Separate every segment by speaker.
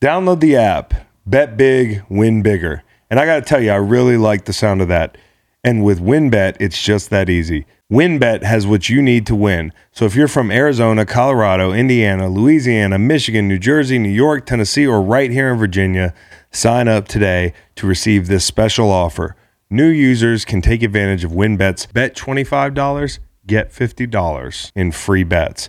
Speaker 1: Download the app, bet big, win bigger. And I got to tell you, I really like the sound of that. And with WinBet, it's just that easy. WinBet has what you need to win. So if you're from Arizona, Colorado, Indiana, Louisiana, Michigan, New Jersey, New York, Tennessee, or right here in Virginia, sign up today to receive this special offer. New users can take advantage of WinBet's bet $25, get $50 in free bets.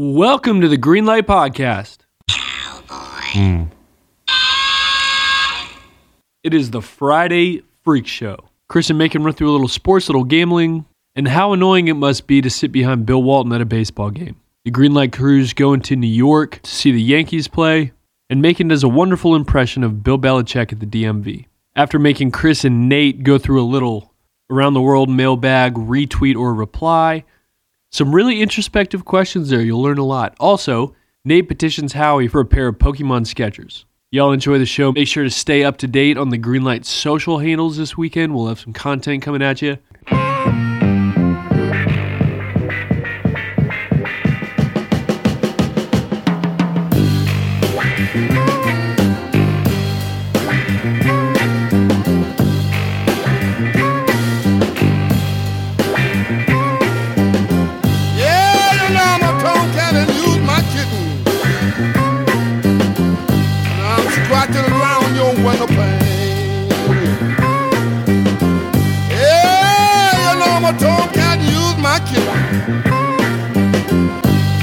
Speaker 2: Welcome to the Greenlight Podcast. It is the Friday Freak Show. Chris and Macon run through a little sports, a little gambling, and how annoying it must be to sit behind Bill Walton at a baseball game. The Greenlight Crews go into New York to see the Yankees play, and Macon does a wonderful impression of Bill Belichick at the DMV. After making Chris and Nate go through a little around the world mailbag, retweet, or reply, some really introspective questions there. You'll learn a lot. Also, Nate petitions Howie for a pair of Pokemon Skechers. Y'all enjoy the show. Make sure to stay up to date on the Greenlight social handles this weekend. We'll have some content coming at you.
Speaker 3: Yeah, you know I'm a tomcat and use my kitten. And I'm scratching around your window pane. Yeah, you know I'm a tomcat and use my kitten.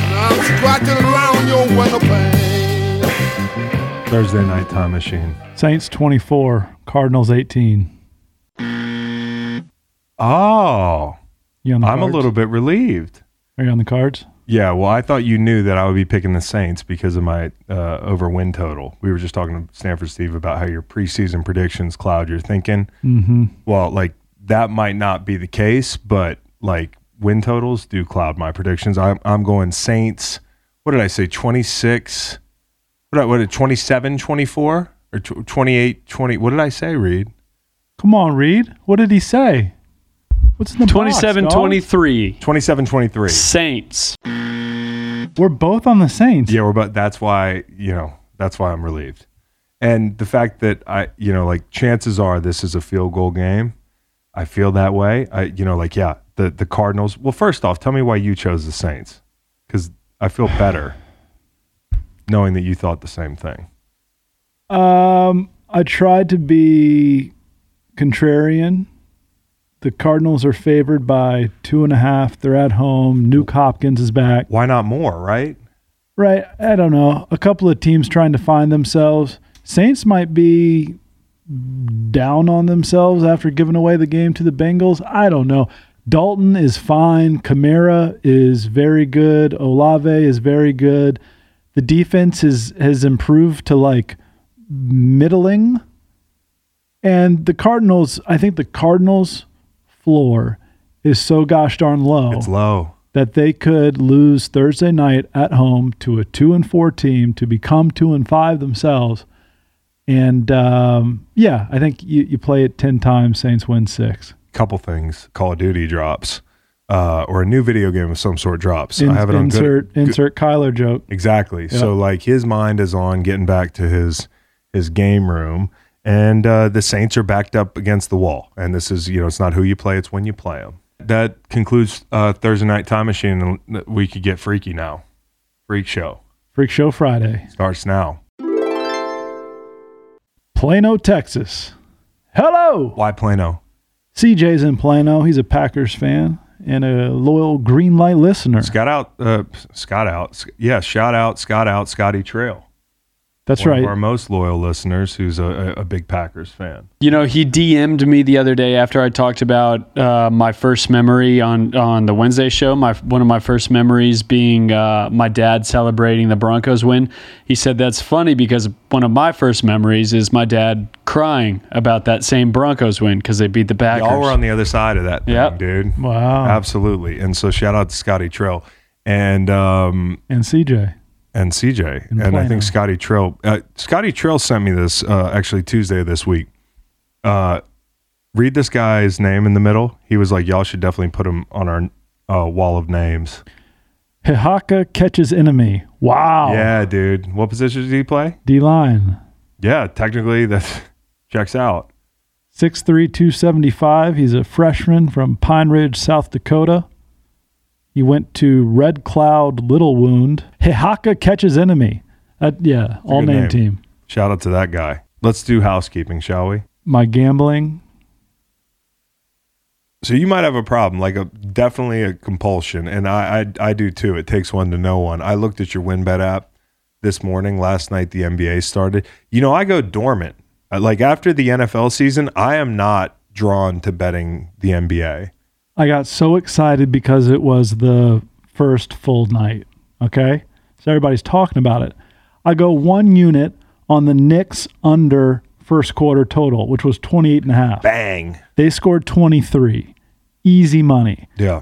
Speaker 3: And I'm scratching around your window pane.
Speaker 1: Thursday night time machine.
Speaker 4: Saints 24, Cardinals 18.
Speaker 1: Oh,
Speaker 4: You on the
Speaker 1: I'm a
Speaker 4: cards?
Speaker 1: little bit relieved.
Speaker 4: Are you on the cards?
Speaker 1: Yeah, well, I thought you knew that I would be picking the Saints because of my uh, over win total. We were just talking to Stanford Steve about how your preseason predictions cloud your thinking.
Speaker 4: Mm-hmm.
Speaker 1: Well, like that might not be the case, but like win totals do cloud my predictions. I'm, I'm going Saints. What did I say? 26. What did I, what did 27 24 or tw- 28 20 what did I say, Reed?
Speaker 4: Come on, Reed. What did he say? What's in the box,
Speaker 2: 27
Speaker 4: dog?
Speaker 2: 23.
Speaker 1: 27 23.
Speaker 2: Saints.
Speaker 4: We're both on the Saints.
Speaker 1: Yeah, we're but that's why, you know, that's why I'm relieved. And the fact that I, you know, like chances are this is a field goal game. I feel that way. I, you know, like yeah, the the Cardinals. Well, first off, tell me why you chose the Saints cuz I feel better knowing that you thought the same thing.
Speaker 4: Um, I tried to be contrarian. The Cardinals are favored by two and a half. They're at home. Nuke Hopkins is back.
Speaker 1: Why not more, right?
Speaker 4: Right. I don't know. A couple of teams trying to find themselves. Saints might be down on themselves after giving away the game to the Bengals. I don't know. Dalton is fine. Kamara is very good. Olave is very good. The defense is has improved to like middling. And the Cardinals, I think the Cardinals floor is so gosh darn low
Speaker 1: It's low.
Speaker 4: that they could lose Thursday night at home to a two and four team to become two and five themselves. And um, yeah, I think you, you play it ten times. Saints win six.
Speaker 1: Couple things. Call of Duty drops uh, or a new video game of some sort drops.
Speaker 4: In-
Speaker 1: I have it on good,
Speaker 4: insert insert Kyler joke.
Speaker 1: Exactly. So like his mind is on getting back to his his game room, and uh, the Saints are backed up against the wall. And this is you know it's not who you play, it's when you play them. That concludes uh, Thursday night time machine, and we could get freaky now. Freak show
Speaker 4: Freak Show Friday,
Speaker 1: starts now.
Speaker 4: Plano, Texas. Hello,
Speaker 1: Why Plano?
Speaker 4: CJ's in Plano. He's a Packers fan and a loyal Green Light listener.
Speaker 1: Scott out. Uh, Scott out. Yeah, shout out Scott out. Scotty Trail.
Speaker 4: That's
Speaker 1: one
Speaker 4: right.
Speaker 1: of our most loyal listeners who's a, a, a big Packers fan.
Speaker 2: You know, he DM'd me the other day after I talked about uh, my first memory on, on the Wednesday show. My one of my first memories being uh, my dad celebrating the Broncos win. He said that's funny because one of my first memories is my dad crying about that same Broncos win because they beat the Packers.
Speaker 1: Y'all were on the other side of that thing,
Speaker 2: Yep.
Speaker 1: dude.
Speaker 4: Wow.
Speaker 1: Absolutely. And so shout out to Scotty Trill and um,
Speaker 4: And CJ.
Speaker 1: and CJ. And, I
Speaker 4: Plano.
Speaker 1: think Scotty Trill. Uh, Scotty Trill sent me this uh, actually Tuesday this week. Uh, read this guy's name in the middle. He was like, "Y'all should definitely put him on our uh, wall of names."
Speaker 4: Hihaka catches enemy. Wow.
Speaker 1: Yeah, dude. What position did he play?
Speaker 4: D line.
Speaker 1: Yeah, technically that checks out.
Speaker 4: 6'3, 275. He's a freshman from Pine Ridge, South Dakota. He went to Red Cloud Little Wound. Hihaka catches enemy. Uh, yeah, all
Speaker 1: good
Speaker 4: name,
Speaker 1: name.
Speaker 4: team.
Speaker 1: Shout out to that guy. Let's do housekeeping, shall we?
Speaker 4: My gambling.
Speaker 1: So you might have a problem, like a definitely a compulsion, and I I, I do too. It takes one to know one. I looked at your WinBet app this morning. Last night the NBA started. You know, I go dormant. I- Like after the NFL season, I am not drawn to betting the NBA.
Speaker 4: I got so excited because it was the first full night. Okay. So everybody's talking about it. I go one unit on the Knicks under first quarter total, which was 28 and a half.
Speaker 1: Bang.
Speaker 4: They scored 23. Easy money.
Speaker 1: Yeah.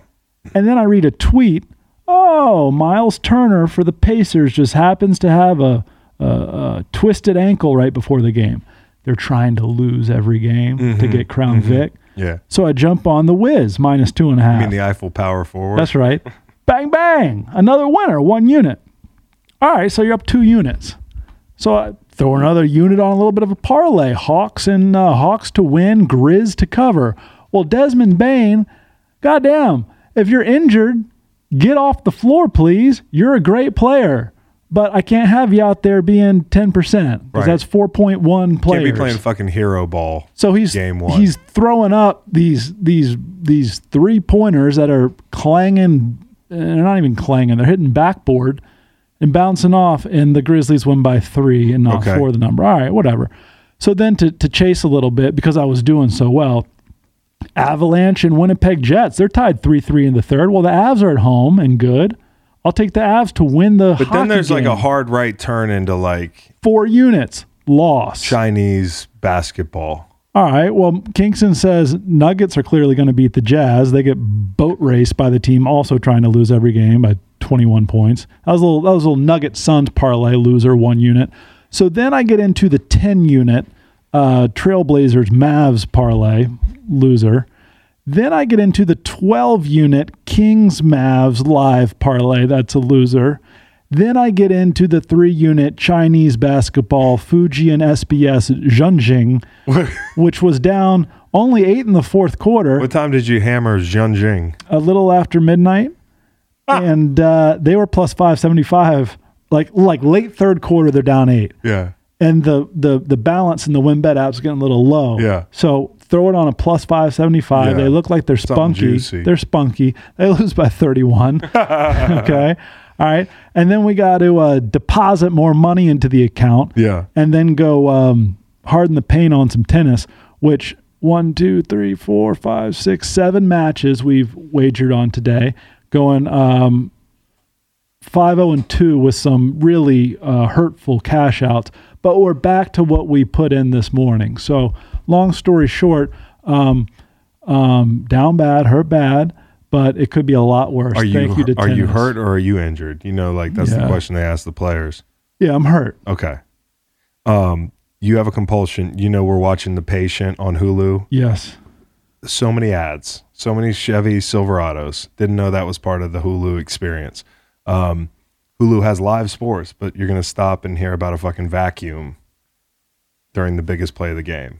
Speaker 4: And then I read a tweet. Oh, Miles Turner for the Pacers just happens to have a, a, a twisted ankle right before the game. They're trying to lose every game to get Crown Vic.
Speaker 1: Mm-hmm. Yeah.
Speaker 4: So I jump on the Wiz minus two and a half.
Speaker 1: I mean the Eiffel Power Forward.
Speaker 4: That's right. Bang, bang. Another winner, one unit. All right, so you're up two units. So I throw another unit on a little bit of a parlay. Hawks and uh, Hawks to win, Grizz to cover. Well, Desmond Bain, goddamn, if you're injured, get off the floor, please. You're a great player, but I can't have you out there being 10% because
Speaker 1: Right.
Speaker 4: that's 4.1 players.
Speaker 1: Can't be playing fucking hero ball.
Speaker 4: So he's
Speaker 1: Game one.
Speaker 4: he's throwing up these these these three pointers that are clanging. uh, They're not even clanging. They're hitting backboard and bouncing off, and the Grizzlies win by three and not
Speaker 1: Okay.
Speaker 4: four. The number. All right, whatever. So then to to chase a little bit because I was doing so well. Avalanche and Winnipeg Jets. They're tied three three in the third. Well, the Avs are at home and good. I'll take the Avs to win the.
Speaker 1: But then there's like a
Speaker 4: hard
Speaker 1: hard right turn into like
Speaker 4: four units loss.
Speaker 1: Chinese basketball.
Speaker 4: All right. Well, Kingston says Nuggets are clearly going to beat the Jazz. They get boat raced by the team also trying to lose every game by 21 points. That was a little, that was a little Nugget Suns parlay loser one unit. So then I get into the 10 unit uh, Trailblazers Mavs parlay loser. Then I get into the 12 unit Kings Mavs live parlay. That's a loser. Then I get into the three unit Chinese basketball Fuji and SBS Zhenjing, which was down only eight in the fourth quarter,
Speaker 1: What time did you hammer Zhunjing?
Speaker 4: a little after midnight.
Speaker 1: Ah.
Speaker 4: And uh, they were plus 575. Like, like late third quarter, they're down eight
Speaker 1: Yeah.
Speaker 4: and the the the balance in the win bet app's getting a little low.
Speaker 1: Yeah.
Speaker 4: So throw it on a plus five seventy five.
Speaker 1: Yeah.
Speaker 4: They look like they're
Speaker 1: Something
Speaker 4: spunky.
Speaker 1: juicy.
Speaker 4: They're spunky. They lose by thirty one.
Speaker 1: Uh-huh.
Speaker 4: okay. All right. And then we got to uh, deposit more money into the account.
Speaker 1: Yeah.
Speaker 4: And then go um, harden the paint on some tennis, which one, two, three, four, five, six, seven matches we've wagered on today. Going um, 5 0 and 2 with some really uh, hurtful cash outs, but we're back to what we put in this morning. So, long story short, um, um, down bad, hurt bad, but it could be a lot worse.
Speaker 1: Are you,
Speaker 4: Thank you to
Speaker 1: are you
Speaker 4: tennis.
Speaker 1: hurt or are you injured? You know, like that's the
Speaker 4: Yeah.
Speaker 1: question they ask the players.
Speaker 4: Yeah, I'm hurt.
Speaker 1: Okay. Um, you have a compulsion. You know, we're watching The Patient on Hulu.
Speaker 4: Yes.
Speaker 1: So many ads, so many Chevy Silverados. Didn't know that was part of the Hulu experience. Um, Hulu has live sports, but you're going to stop and hear about a fucking vacuum during the biggest play of the game.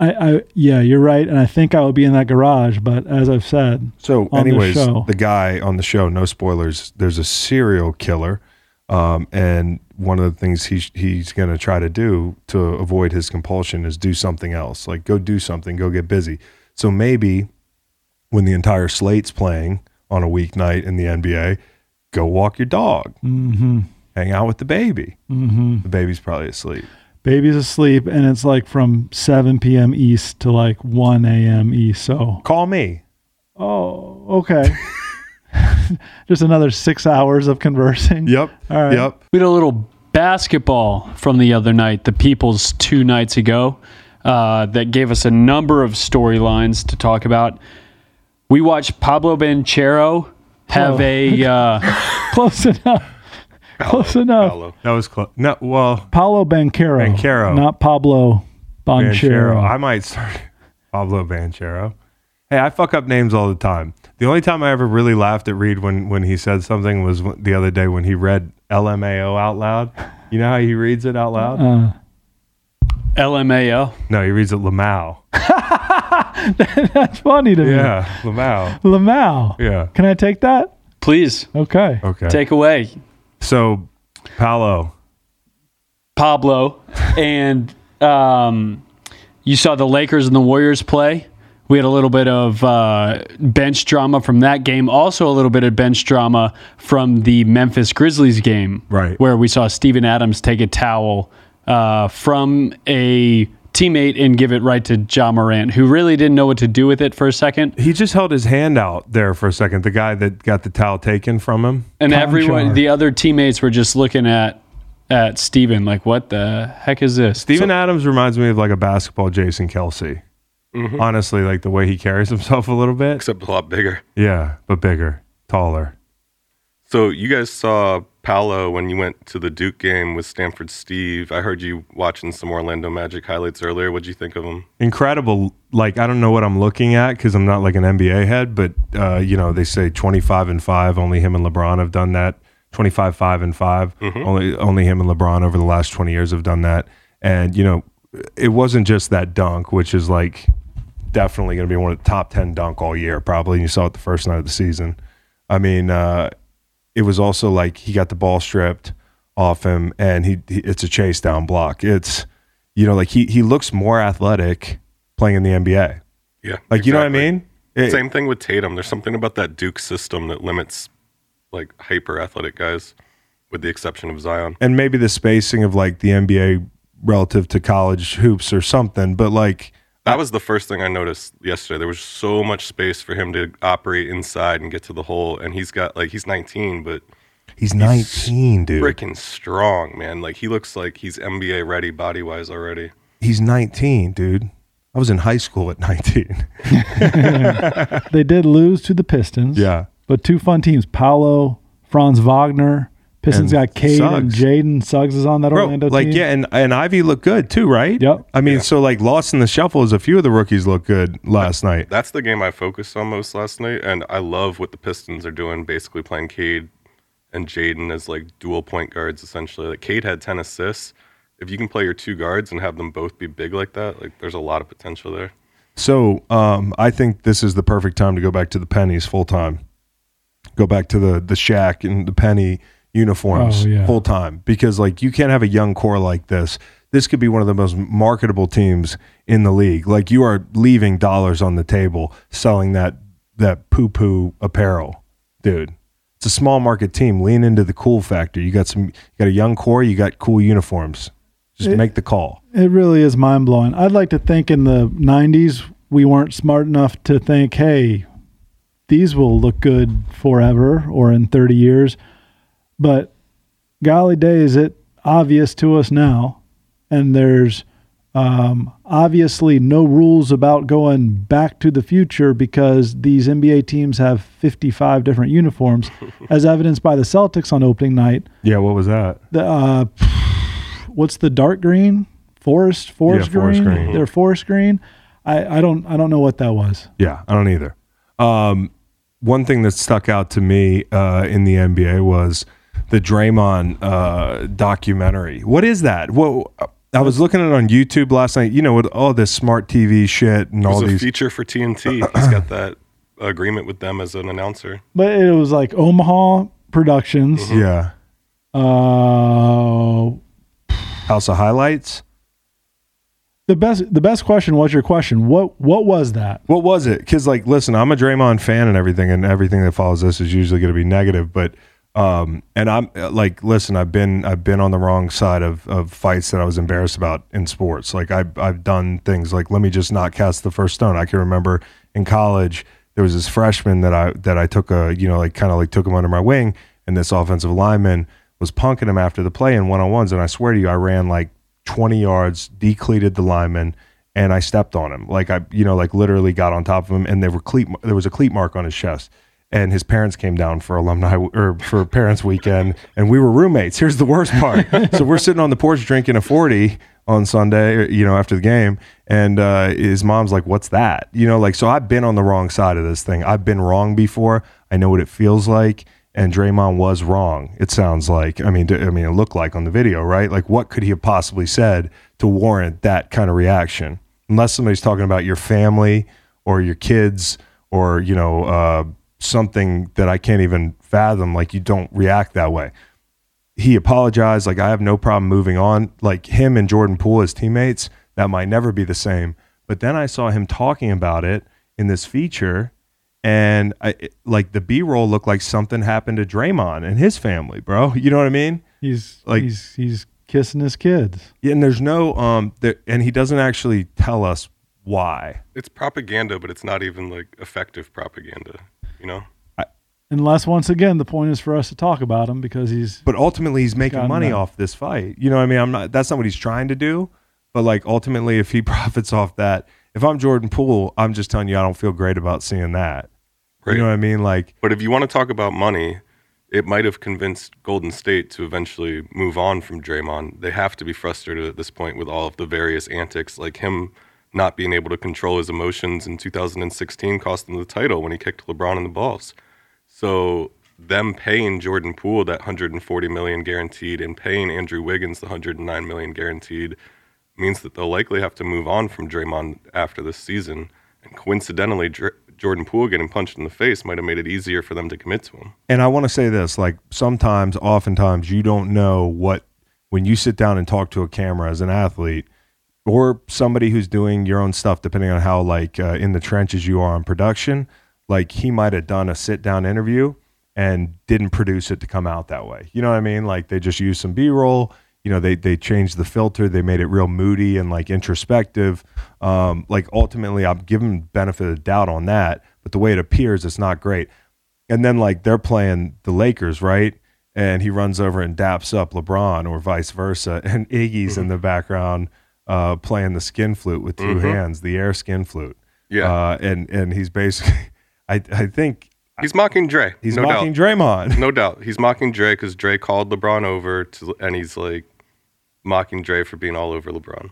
Speaker 4: I, I yeah, you're right, and I think I will be in that garage. But as I've said,
Speaker 1: So,
Speaker 4: on the
Speaker 1: anyways,
Speaker 4: show.
Speaker 1: the, guy on the show, no spoilers. There's a serial killer, um, and one of the things he he's going to try to do to avoid his compulsion is do something else, like go do something, go get busy. So maybe when the entire slate's playing on a weeknight in the NBA, go walk your dog. Mm-hmm.
Speaker 5: hang out with the baby. Mm-hmm. The baby's probably asleep.
Speaker 4: Baby's asleep, and it's like from 7 p.m. East to like 1 a.m. East. So,
Speaker 5: Call me.
Speaker 4: oh, okay. Just another six hours of conversing.
Speaker 5: Yep.
Speaker 4: All right.
Speaker 5: Yep.
Speaker 2: We had a little basketball from the other night, the People's two nights ago, uh, that gave us a number of storylines to talk about. We watched Pablo Banchero have
Speaker 4: Oh.
Speaker 2: a uh,
Speaker 4: Close enough. Close enough.
Speaker 5: Hello. That was close. No, well,
Speaker 4: Paulo Banquero.
Speaker 5: Banchero.
Speaker 4: Not Pablo
Speaker 5: Banchero.
Speaker 4: Banchero.
Speaker 5: I might start Pablo Banchero. Hey, I fuck up names all the time. The only time I ever really laughed at Reed when, when he said something was wh- the other day when he read LMAO out loud. You know how he reads it out loud?
Speaker 2: LMAO.
Speaker 5: no, he reads it Lamau.
Speaker 4: That's funny to me.
Speaker 5: Yeah, Lamau.
Speaker 4: Lamau.
Speaker 5: Yeah.
Speaker 4: Can I take that?
Speaker 2: Please
Speaker 4: Okay.
Speaker 5: Okay.
Speaker 2: take away
Speaker 5: so, Palo.
Speaker 2: Pablo, and um, you saw the Lakers and the Warriors play. We had a little bit of uh, bench drama from that game. Also, a little bit of bench drama from the Memphis Grizzlies game,
Speaker 5: Right.
Speaker 2: Where we saw Steven Adams take a towel uh, from a teammate and give it right to John Morant, who really didn't know what to do with it for a second.
Speaker 5: He just held his hand out there for a second, the guy that got the towel taken from him.
Speaker 2: And
Speaker 4: Tom
Speaker 2: everyone,
Speaker 4: Shar.
Speaker 2: the other teammates, were just looking at at Steven like, "What the heck is this?"
Speaker 5: Steven Adams reminds me of like a basketball Jason Kelsey. Honestly, like the way he carries himself a little bit.
Speaker 3: except a lot bigger.
Speaker 5: Yeah, but bigger, taller.
Speaker 3: So you guys saw Paolo when you went to the Duke game with Stanford Steve. I heard you watching some Orlando Magic highlights earlier. What'd you think of him?
Speaker 5: Incredible. Like, I don't know what I'm looking at because I'm not like an NBA head, but, uh, you know, they say 25 and 5. Only him and LeBron have done that. 25, 5 and 5. Only, only him and LeBron over the last 20 years have done that. And, you know, it wasn't just that dunk, which is like definitely going to be one of the top 10 dunk all year, probably. And you saw it the first night of the season. I mean, uh, it was also like he got the ball stripped off him and he, he it's a chase down block. It's you know like he he looks more athletic playing in the NBA.
Speaker 3: Yeah.
Speaker 5: Like you know what I
Speaker 3: exactly.
Speaker 5: mean? It-
Speaker 3: Same thing with Tatum. There's something about that Duke system that limits like hyper athletic guys, with the exception of Zion.
Speaker 5: and maybe the spacing of like the NBA relative to college hoops or something, but like
Speaker 3: That was the first thing I noticed yesterday. There was so much space for him to operate inside and get to the hole. And he's got like he's 19, but
Speaker 5: he's 19, dude.
Speaker 3: freaking strong, man. Like he looks like he's NBA ready body wise already.
Speaker 5: He's 19, dude. I was in high school at 19.
Speaker 4: They did lose to the Pistons.
Speaker 5: Yeah.
Speaker 4: But two fun teams, Paolo, Franz Wagner. Pistons
Speaker 5: And
Speaker 4: got Cade and
Speaker 5: Suggs.
Speaker 4: Jaden. Suggs is on that
Speaker 5: Bro,
Speaker 4: Orlando
Speaker 5: like
Speaker 4: team.
Speaker 5: yeah, and and Ivy looked good too, right?
Speaker 4: Yep.
Speaker 5: I mean, so like lost in the shuffle is a few of the rookies look good last night.
Speaker 3: That's the game I focused on most last night, and I love what the Pistons are doing. Basically, playing Cade and Jaden as like dual point guards, essentially. Like Cade had ten assists. If you can play your two guards and have them both be big like that, like there's a lot of potential there.
Speaker 5: So um, I think this is the perfect time to go back to the pennies full time. Go back to the the shack and the penny uniforms
Speaker 4: Oh, yeah.
Speaker 5: full time because like you can't have a young core like this. This could be one of the most marketable teams in the league. Like you are leaving dollars on the table selling that that poo poo apparel, dude. It's a small market team. Lean into the cool factor. You got some. You got a young core. You got cool uniforms. Just make the call.
Speaker 4: It really is mind blowing. I'd like to think in the 90s, we weren't smart enough to think, hey, these will look good forever or in 30 years. But golly day, is it obvious to us now? And there's um, obviously no rules about going back to the future because these NBA teams have 55 different uniforms, as evidenced by the Celtics on opening night.
Speaker 5: Yeah. What was that?
Speaker 4: The uh, what's the dark green? Forest, forest,
Speaker 5: Yeah, forest
Speaker 4: green?
Speaker 5: green.
Speaker 4: Their forest green. I, I don't I don't know what that was.
Speaker 5: Yeah, I don't either. Um, one thing that stuck out to me uh, in the NBA was the Draymond uh, documentary. What is that? Whoa. I was looking at it on YouTube last night, you know, with all this smart TV shit and all
Speaker 3: There's a
Speaker 5: these.
Speaker 3: feature for TNT. He's got that agreement with them as an announcer.
Speaker 4: But it was like Omaha Productions.
Speaker 5: Yeah.
Speaker 4: Uh,
Speaker 5: House of Highlights.
Speaker 4: the best the best question was your question. What what was that?
Speaker 5: What was it? Because, like, listen, I'm a Draymond fan and everything, and everything that follows this is usually going to be negative, but Um, and I'm uh, like, listen, I've been I've been on the wrong side of, of fights that I was embarrassed about in sports. Like I've I've done things like let me just not cast the first stone. I can remember in college there was this freshman that I that I took a you know like kind of like took him under my wing, and this offensive lineman was punking him after the play in one on ones, and I swear to you, I ran like 20 yards, decleated the lineman, and I stepped on him. Like I, you know, like literally got on top of him, and there were cleat. There was a cleat mark on his chest. And his parents came down for alumni or for parents weekend, and we were roommates. Here's the worst part: so we're sitting on the porch drinking a forty on Sunday, or, you know, after the game, and uh, his mom's like, "What's that?" You know, like so. I've been on the wrong side of this thing. I've been wrong before. I know what it feels like and Draymond was wrong. It sounds like. I mean, d- I mean, it looked like on the video, right? Like, what could he have possibly said to warrant that kind of reaction? Unless somebody's talking about your family or your kids or you know uh, something that I can't even fathom. Like, you don't react that way. He apologized. Like, I have no problem moving on. Like him and Jordan Poole as teammates, that might never be the same. But then I saw him talking about it in this feature and I, it- like the B roll looked like something happened to Draymond and his family, bro. You know what I mean?
Speaker 4: He's
Speaker 5: Like-
Speaker 4: he's he's kissing his kids.
Speaker 5: Yeah, And there's no um, there, and he doesn't actually tell us why.
Speaker 3: It's propaganda, but it's not even like effective propaganda. You know,
Speaker 4: Unless once again the point is for us to talk about him because he's
Speaker 5: But ultimately, he's making
Speaker 4: Gotten
Speaker 5: money
Speaker 4: that.
Speaker 5: off this fight. You know what I mean? I'm not. That's not what he's trying to do. But like ultimately, if he profits off that, if I'm Jordan Poole, I'm just telling you, I don't feel great about seeing that.
Speaker 3: Right.
Speaker 5: You know what I mean? Like
Speaker 3: But if you want to talk about money, it might have convinced Golden State to eventually move on from Draymond. They have to be frustrated at this point with all of the various antics, like him not being able to control his emotions in 2016 cost them the title when he kicked LeBron in the balls. So them paying Jordan Poole that 140 million guaranteed and paying Andrew Wiggins the 109 million guaranteed means that they'll likely have to move on from Draymond after this season. And coincidentally, Dr- Jordan Poole getting punched in the face might have made it easier for them to commit to him.
Speaker 5: and I want to say this like sometimes, oftentimes, you don't know what when you sit down and talk to a camera as an athlete or somebody who's doing your own stuff, depending on how like uh, in the trenches you are on production. Like he might have done a sit down interview and didn't produce it to come out that way. You know what I mean? Like they just used some B roll. You know, they they changed the filter. They made it real moody and like introspective. Um, like ultimately, I'm giving benefit of the doubt on that, but the way it appears, it's not great and then like they're playing the Lakers, right? And he runs over and daps up LeBron or vice versa, and Iggy's
Speaker 3: Mm-hmm.
Speaker 5: in the background uh, playing the skin flute with 2 hands, the air skin flute.
Speaker 3: Yeah.
Speaker 5: uh, and and he's basically, I I think
Speaker 3: He's mocking Dre.
Speaker 5: he's
Speaker 3: no
Speaker 5: mocking
Speaker 3: doubt.
Speaker 5: Draymond.
Speaker 3: No doubt. He's mocking Dre because Dre called LeBron over to, and he's like mocking Dre for being all over LeBron.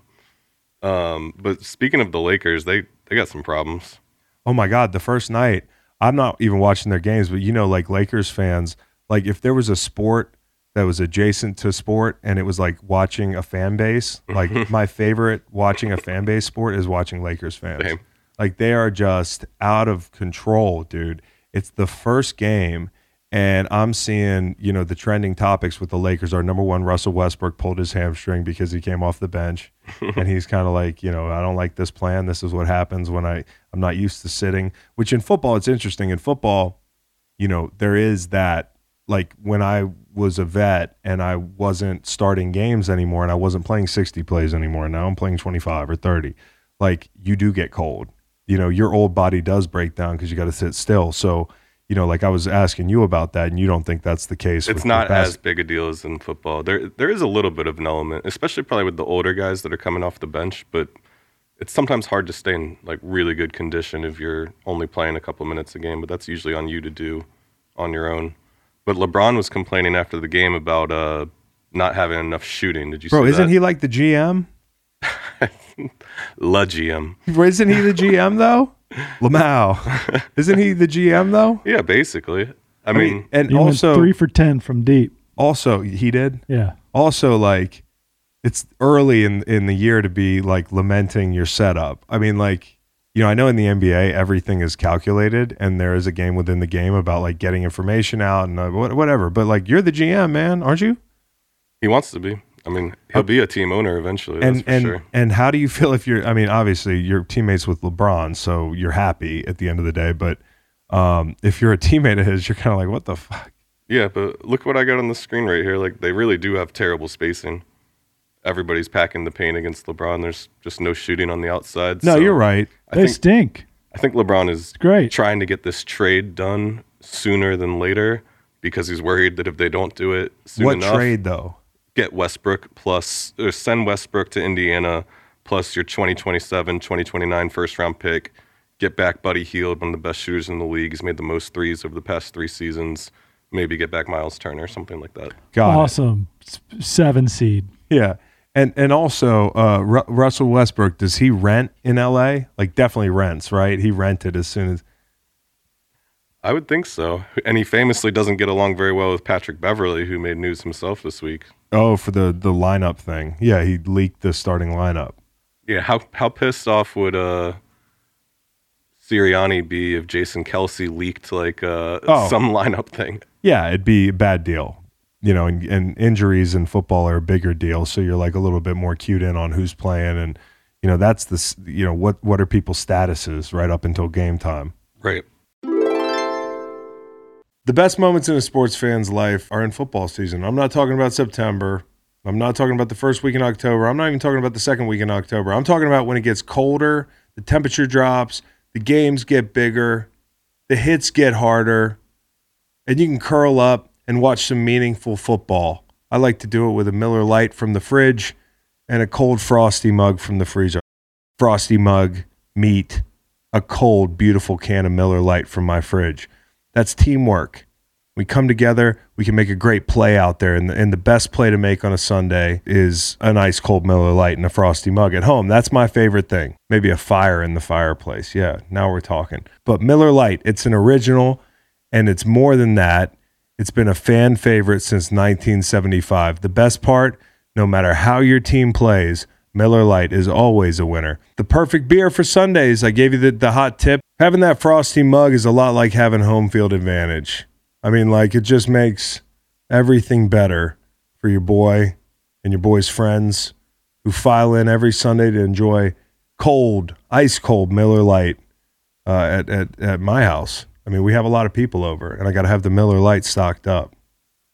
Speaker 3: Um, but speaking of the Lakers, they, they got some problems.
Speaker 5: Oh my God, the first night I'm not even watching their games, but you know, like Lakers fans, like if there was a sport that was adjacent to sport and it was like watching a fan base, like my favorite watching a fan base sport is watching Lakers fans.
Speaker 3: Same.
Speaker 5: Like they are just out of control, dude. It's the first game, and I'm seeing, you know, the trending topics with the Lakers are number one, Russell Westbrook pulled his hamstring because he came off the bench. and he's kind of like, you know, I don't like this plan. This is what happens when I, I'm not used to sitting, which in football, it's interesting. In football, you know, there is that like when I was a vet and I wasn't starting games anymore and I wasn't playing 60 plays anymore. Now I'm playing 25 or 30. Like you do get cold. You know, your old body does break down because you got to sit still. So, you know, like I was asking you about that and you don't think that's the case.
Speaker 3: It's
Speaker 5: with
Speaker 3: not
Speaker 5: bas-
Speaker 3: as big a deal as in football. There, there is a little bit of an element, especially probably with the older guys that are coming off the bench. But it's sometimes hard to stay in like really good condition if you're only playing a couple minutes a game. But that's usually on you to do on your own. But LeBron was complaining after the game about uh, not having enough shooting. Did you
Speaker 5: Bro,
Speaker 3: see
Speaker 5: isn't
Speaker 3: that?
Speaker 5: he like the GM?
Speaker 3: Ludgy him.
Speaker 5: Isn't he the GM though? Lamau. Isn't he the GM though?
Speaker 3: Yeah, basically. I mean,
Speaker 5: and
Speaker 4: he
Speaker 5: also,
Speaker 4: went three for ten from deep.
Speaker 5: also he did.
Speaker 4: Yeah.
Speaker 5: also like it's early in in the year to be like lamenting your setup. I mean like you know, I know in the NBA everything is calculated and there is a game within the game about like getting information out and uh, what- whatever, but like you're the GM, man, aren't you?
Speaker 3: he wants to be. I mean, he'll be a team owner eventually. That's
Speaker 5: and
Speaker 3: for
Speaker 5: and
Speaker 3: sure.
Speaker 5: and how do you feel if you're I mean, obviously you're teammates with LeBron, so you're happy at the end of the day, but um if you're a teammate of his, you're kind of like what the fuck?
Speaker 3: Yeah, but look what I got on the screen right here. Like they really do have terrible spacing. Everybody's packing the paint against LeBron. There's just no shooting on the outside.
Speaker 5: No,
Speaker 3: so
Speaker 5: you're right.
Speaker 3: I
Speaker 4: They
Speaker 3: think
Speaker 4: stink.
Speaker 3: I think LeBron is
Speaker 4: great.
Speaker 3: trying to get this trade done sooner than later because he's worried that if they don't do it soon
Speaker 5: what
Speaker 3: enough,
Speaker 5: trade though?
Speaker 3: get Westbrook plus or send Westbrook to Indiana plus your 2027, 2029 first round pick. Get back Buddy Heald, one of the best shooters in the league. He's made the most threes over the past three seasons. Maybe get back Miles Turner, something like that.
Speaker 5: Got it.
Speaker 4: awesome. S- Seven seed.
Speaker 5: Yeah. And and also uh, Ru- Russell Westbrook does he rent in L.A. Like definitely rents, right? He rented as soon as
Speaker 3: I would think so. And he famously doesn't get along very well with Patrick Beverly, who made news himself this week.
Speaker 5: oh for the the lineup thing. Yeah, he leaked the starting lineup.
Speaker 3: Yeah, how how pissed off would uh Sirianni be if Jason Kelsey leaked like uh
Speaker 5: Oh.
Speaker 3: some lineup thing?
Speaker 5: Yeah, it'd be a bad deal, you know. And, and injuries in football are a bigger deal, so you're like a little bit more cued in on who's playing, and you know that's the s- you know what what are people's statuses right up until game time.
Speaker 3: Right.
Speaker 5: The best moments in a sports fan's life are in football season. I'm not talking about September. I'm not talking about the first week in October. I'm not even talking about the second week in October. I'm talking about when it gets colder, the temperature drops, the games get bigger, the hits get harder, and you can curl up and watch some meaningful football. I like to do it with a Miller Lite from the fridge and a cold frosty mug from the freezer. Frosty mug, meat, a cold, beautiful can of Miller Lite from my fridge. That's teamwork. We come together, we can make a great play out there. And the, and the best play to make on a Sunday is an ice cold Miller Lite and a frosty mug at home. That's my favorite thing. Maybe a fire in the fireplace. Yeah, now we're talking. But Miller Lite, it's an original and it's more than that. It's been a fan favorite since 1975. The best part, no matter how your team plays, Miller Lite is always a winner. The perfect beer for Sundays. I gave you the, the hot tip. Having that frosty mug is a lot like having home field advantage. I mean, like, it just makes everything better for your boy and your boy's friends who file in every Sunday to enjoy cold, ice cold Miller Lite uh, at, at, at my house. I mean, we have a lot of people over, and I got to have the Miller Lite stocked up.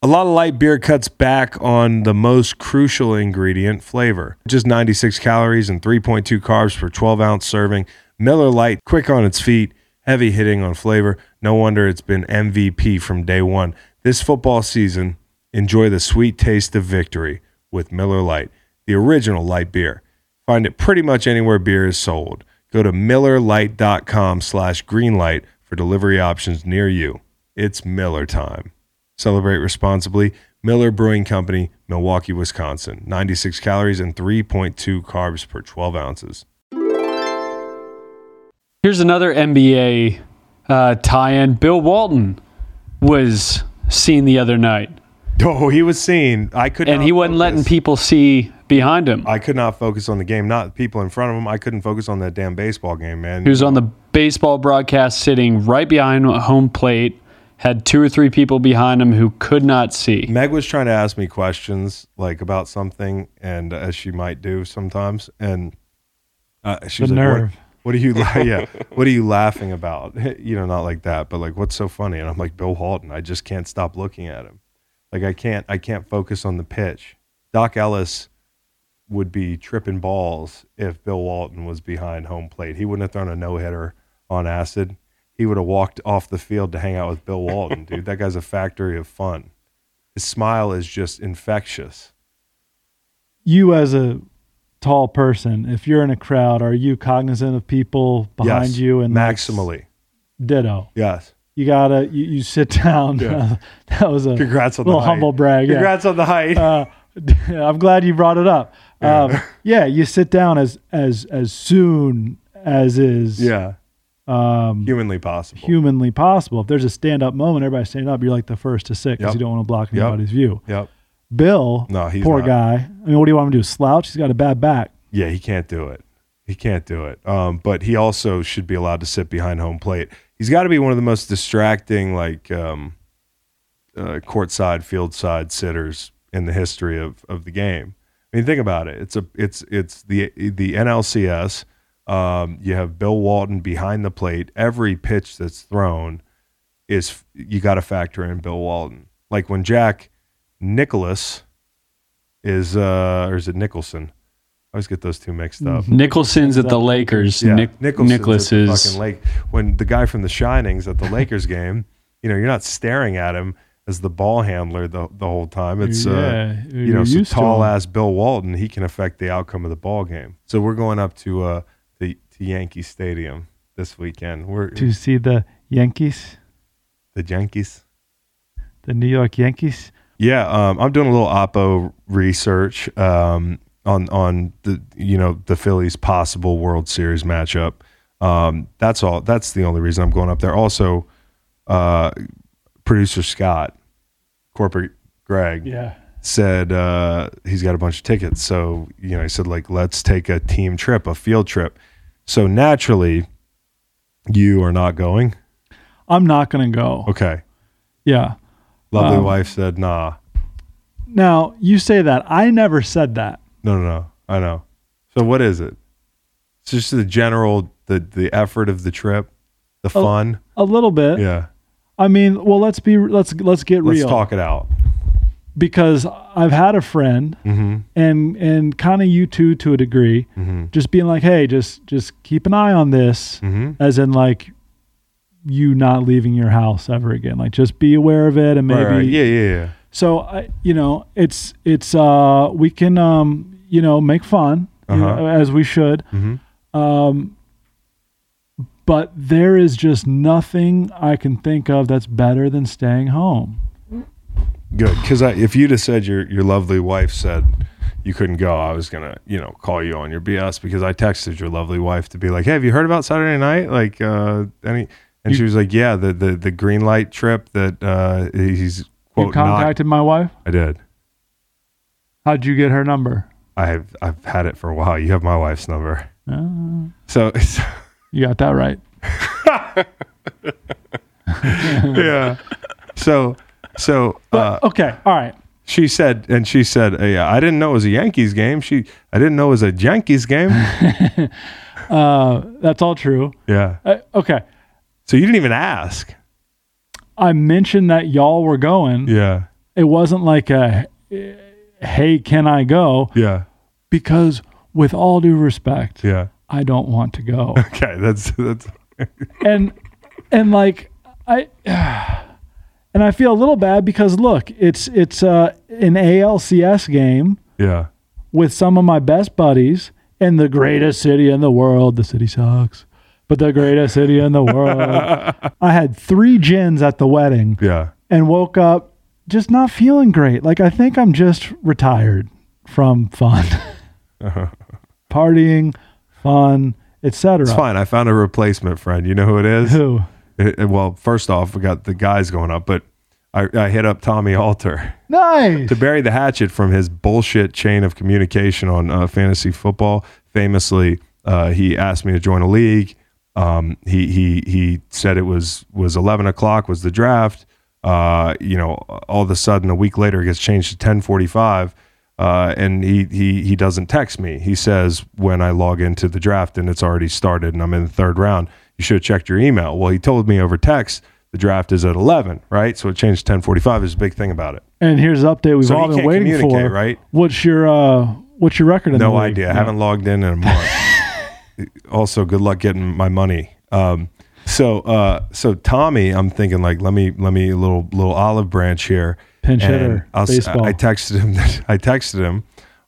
Speaker 5: A lot of light beer cuts back on the most crucial ingredient, flavor. Just 96 calories and 3.2 carbs per 12 ounce serving. Miller Lite, quick on its feet, heavy hitting on flavor. No wonder it's been MVP from day one. This football season, enjoy the sweet taste of victory with Miller Lite, the original light beer. Find it pretty much anywhere beer is sold. Go to MillerLite.com slash greenlight for delivery options near you. It's Miller time. Celebrate responsibly. Miller Brewing Company, Milwaukee, Wisconsin. 96 calories and 3.2 carbs per 12 ounces.
Speaker 2: Here's another NBA uh, tie-in. Bill Walton was seen the other night,
Speaker 5: Oh, he was seen. I could
Speaker 2: and
Speaker 5: not
Speaker 2: he wasn't letting
Speaker 5: focus.
Speaker 2: people see behind him.
Speaker 5: I could not focus on the game, not people in front of him. I couldn't focus on that damn baseball game, man.
Speaker 2: He was on the baseball broadcast, sitting right behind home plate. Had two or three people behind him who could not see.
Speaker 5: Meg was trying to ask me questions like about something, and as she might do sometimes, and uh, she
Speaker 4: The
Speaker 5: was like, "What-
Speaker 4: nerve.
Speaker 5: What, are you? La- yeah, what are you laughing about? You know, not like that, but like, what's so funny? And I'm like, Bill Walton. I just can't stop looking at him. Like, I can't. I can't focus on the pitch. Doc Ellis would be tripping balls if Bill Walton was behind home plate. He wouldn't have thrown a no hitter on acid. He would have walked off the field to hang out with Bill Walton, dude. That guy's a factory of fun his smile is just infectious.
Speaker 4: You as a tall person, if you're in a crowd, are you cognizant of people behind
Speaker 5: Yes.
Speaker 4: you and like,
Speaker 5: maximally,
Speaker 4: ditto?
Speaker 5: yes.
Speaker 4: You gotta you, you sit down.
Speaker 5: Yeah.
Speaker 4: that was a
Speaker 5: Congrats on
Speaker 4: little
Speaker 5: the height.
Speaker 4: humble brag. yeah.
Speaker 5: Congrats on the height.
Speaker 4: uh, I'm glad you brought it up. Yeah. Um, yeah, you sit down as as as soon as is
Speaker 5: yeah,
Speaker 4: um,
Speaker 5: humanly possible.
Speaker 4: humanly possible. If there's a stand up moment, everybody's standing up. You're like the first to sit because you
Speaker 5: Yep.
Speaker 4: don't want to block
Speaker 5: Yep.
Speaker 4: anybody's view.
Speaker 5: yep.
Speaker 4: Bill,
Speaker 5: No, he's
Speaker 4: poor
Speaker 5: not.
Speaker 4: guy. I mean, what do you want him to do? Slouch? He's got a bad back.
Speaker 5: Yeah, he can't do it. He can't do it. Um, but he also should be allowed to sit behind home plate. He's got to be one of the most distracting, like um, uh, courtside, field side sitters in the history of, of the game. I mean, think about it. It's a it's it's the the NLCS. Um, you have Bill Walton behind the plate. Every pitch that's thrown is you got to factor in Bill Walton. like when Jack Nicholas is uh or is it Nicholson? I always get those two mixed up.
Speaker 2: Nicholson's at the Lakers.
Speaker 5: Yeah,
Speaker 2: Nick,
Speaker 5: Nicholson's at the
Speaker 2: Nicholas
Speaker 5: fucking
Speaker 2: is.
Speaker 5: Lake. When the guy from The Shining's at the Lakers game, you know, you're not staring at him as the ball handler the the whole time. It's uh,
Speaker 4: Yeah,
Speaker 5: you
Speaker 4: you're
Speaker 5: know, some
Speaker 4: used to
Speaker 5: tall
Speaker 4: him.
Speaker 5: ass Bill Walton. He can affect the outcome of the ball game. So we're going up to uh the to Yankee Stadium this weekend. We're
Speaker 4: to see the Yankees,
Speaker 5: the Yankees.
Speaker 4: the New York Yankees.
Speaker 5: Yeah, um, I'm doing a little Oppo research um, on on the you know the Phillies' possible World Series matchup. Um, that's all. That's the only reason I'm going up there. Also, uh, producer Scott, corporate Greg,
Speaker 4: Yeah.
Speaker 5: said uh, he's got a bunch of tickets. So you know, he said like, let's take a team trip, a field trip. So naturally, you are not going.
Speaker 4: I'm not going to go.
Speaker 5: Okay,
Speaker 4: Yeah.
Speaker 5: lovely
Speaker 4: Um,
Speaker 5: wife said, nah,
Speaker 4: Now, you say that. I never said that.
Speaker 5: No, no, no. I know. So what is it? It's just the general the the effort of the trip, the
Speaker 4: Oh,
Speaker 5: fun.
Speaker 4: A little bit.
Speaker 5: yeah.
Speaker 4: I mean, well, let's be let's let's get
Speaker 5: Let's
Speaker 4: real
Speaker 5: talk it out.
Speaker 4: because I've had a friend
Speaker 5: Mm-hmm.
Speaker 4: and and kind of you two to a degree,
Speaker 5: Mhm.
Speaker 4: just being like, hey, just just keep an eye on this,
Speaker 5: Mm-hmm.
Speaker 4: as in like you not leaving your house ever again. Like just be aware of it and maybe
Speaker 5: Right, right. Yeah, yeah, yeah.
Speaker 4: So I, you know, it's it's uh we can um you know make fun you
Speaker 5: Uh-huh.
Speaker 4: know, as we should,
Speaker 5: Mhm.
Speaker 4: um, but there is just nothing I can think of that's better than staying home.
Speaker 5: Good. Because if you'd have said your your lovely wife said you couldn't go, I was gonna you know call you on your BS because I texted your lovely wife to be like, hey, have you heard about Saturday night? Like uh, any. And she was like, "Yeah, the, the, the green light trip that uh, he's
Speaker 4: you
Speaker 5: quote not."
Speaker 4: contacted my wife.
Speaker 5: I did.
Speaker 4: How'd you get her number?
Speaker 5: I've I've had it for a while. You have my wife's number.
Speaker 4: Uh,
Speaker 5: So, so
Speaker 4: you got that right.
Speaker 5: yeah. So, so uh,
Speaker 4: okay, all right.
Speaker 5: she said, and she said, uh, yeah, I didn't know it was a Yankees game. She, I didn't know it was a Yankees game.
Speaker 4: Uh, that's all true.
Speaker 5: yeah.
Speaker 4: Uh, okay,
Speaker 5: So you didn't even ask.
Speaker 4: I mentioned that y'all were going.
Speaker 5: Yeah.
Speaker 4: It wasn't like a hey, can I go?
Speaker 5: Yeah.
Speaker 4: because with all due respect
Speaker 5: Yeah.
Speaker 4: i don't want to go
Speaker 5: Okay. That's that's.
Speaker 4: and and like i and i feel a little bad because look it's it's uh, an alcs game
Speaker 5: Yeah.
Speaker 4: with some of my best buddies in the greatest city in the world the city sucks but the greatest city in the world i had three gins at the wedding
Speaker 5: Yeah.
Speaker 4: and woke up just not feeling great. Like I think I'm just retired from fun,
Speaker 5: Uh-huh.
Speaker 4: partying, fun, etc.
Speaker 5: It's fine. I found a replacement friend. You know who it is?
Speaker 4: Who?
Speaker 5: It- it- well, first off, we got the guys going up, but I, I hit up Tommy Alter.
Speaker 4: Nice.
Speaker 5: to bury the hatchet from his bullshit chain of communication on uh, fantasy football. Famously, uh, he asked me to join a league. Um, he he he said it was was eleven o'clock was the draft. Uh, you know, all of a sudden, a week later, it gets changed to ten forty five. Uh, and he, he he doesn't text me. He says when I log into the draft and it's already started and I'm in the third round, you should have checked your email. Well, he told me over text the draft is at eleven, right? So it changed ten forty five. Is a big thing about it.
Speaker 4: and here's an update we've
Speaker 5: So he
Speaker 4: all been
Speaker 5: can't
Speaker 4: waiting for.
Speaker 5: communicate, right?
Speaker 4: What's your uh, What's your record? In the
Speaker 5: No
Speaker 4: league?
Speaker 5: idea. I haven't logged in in a month. also, good luck getting my money. Um, so, uh, so Tommy, I'm thinking like, let me, let me a little, little olive branch here.
Speaker 4: Pinch
Speaker 5: And
Speaker 4: hitter,
Speaker 5: I'll s-
Speaker 4: baseball.
Speaker 5: I texted him. I texted him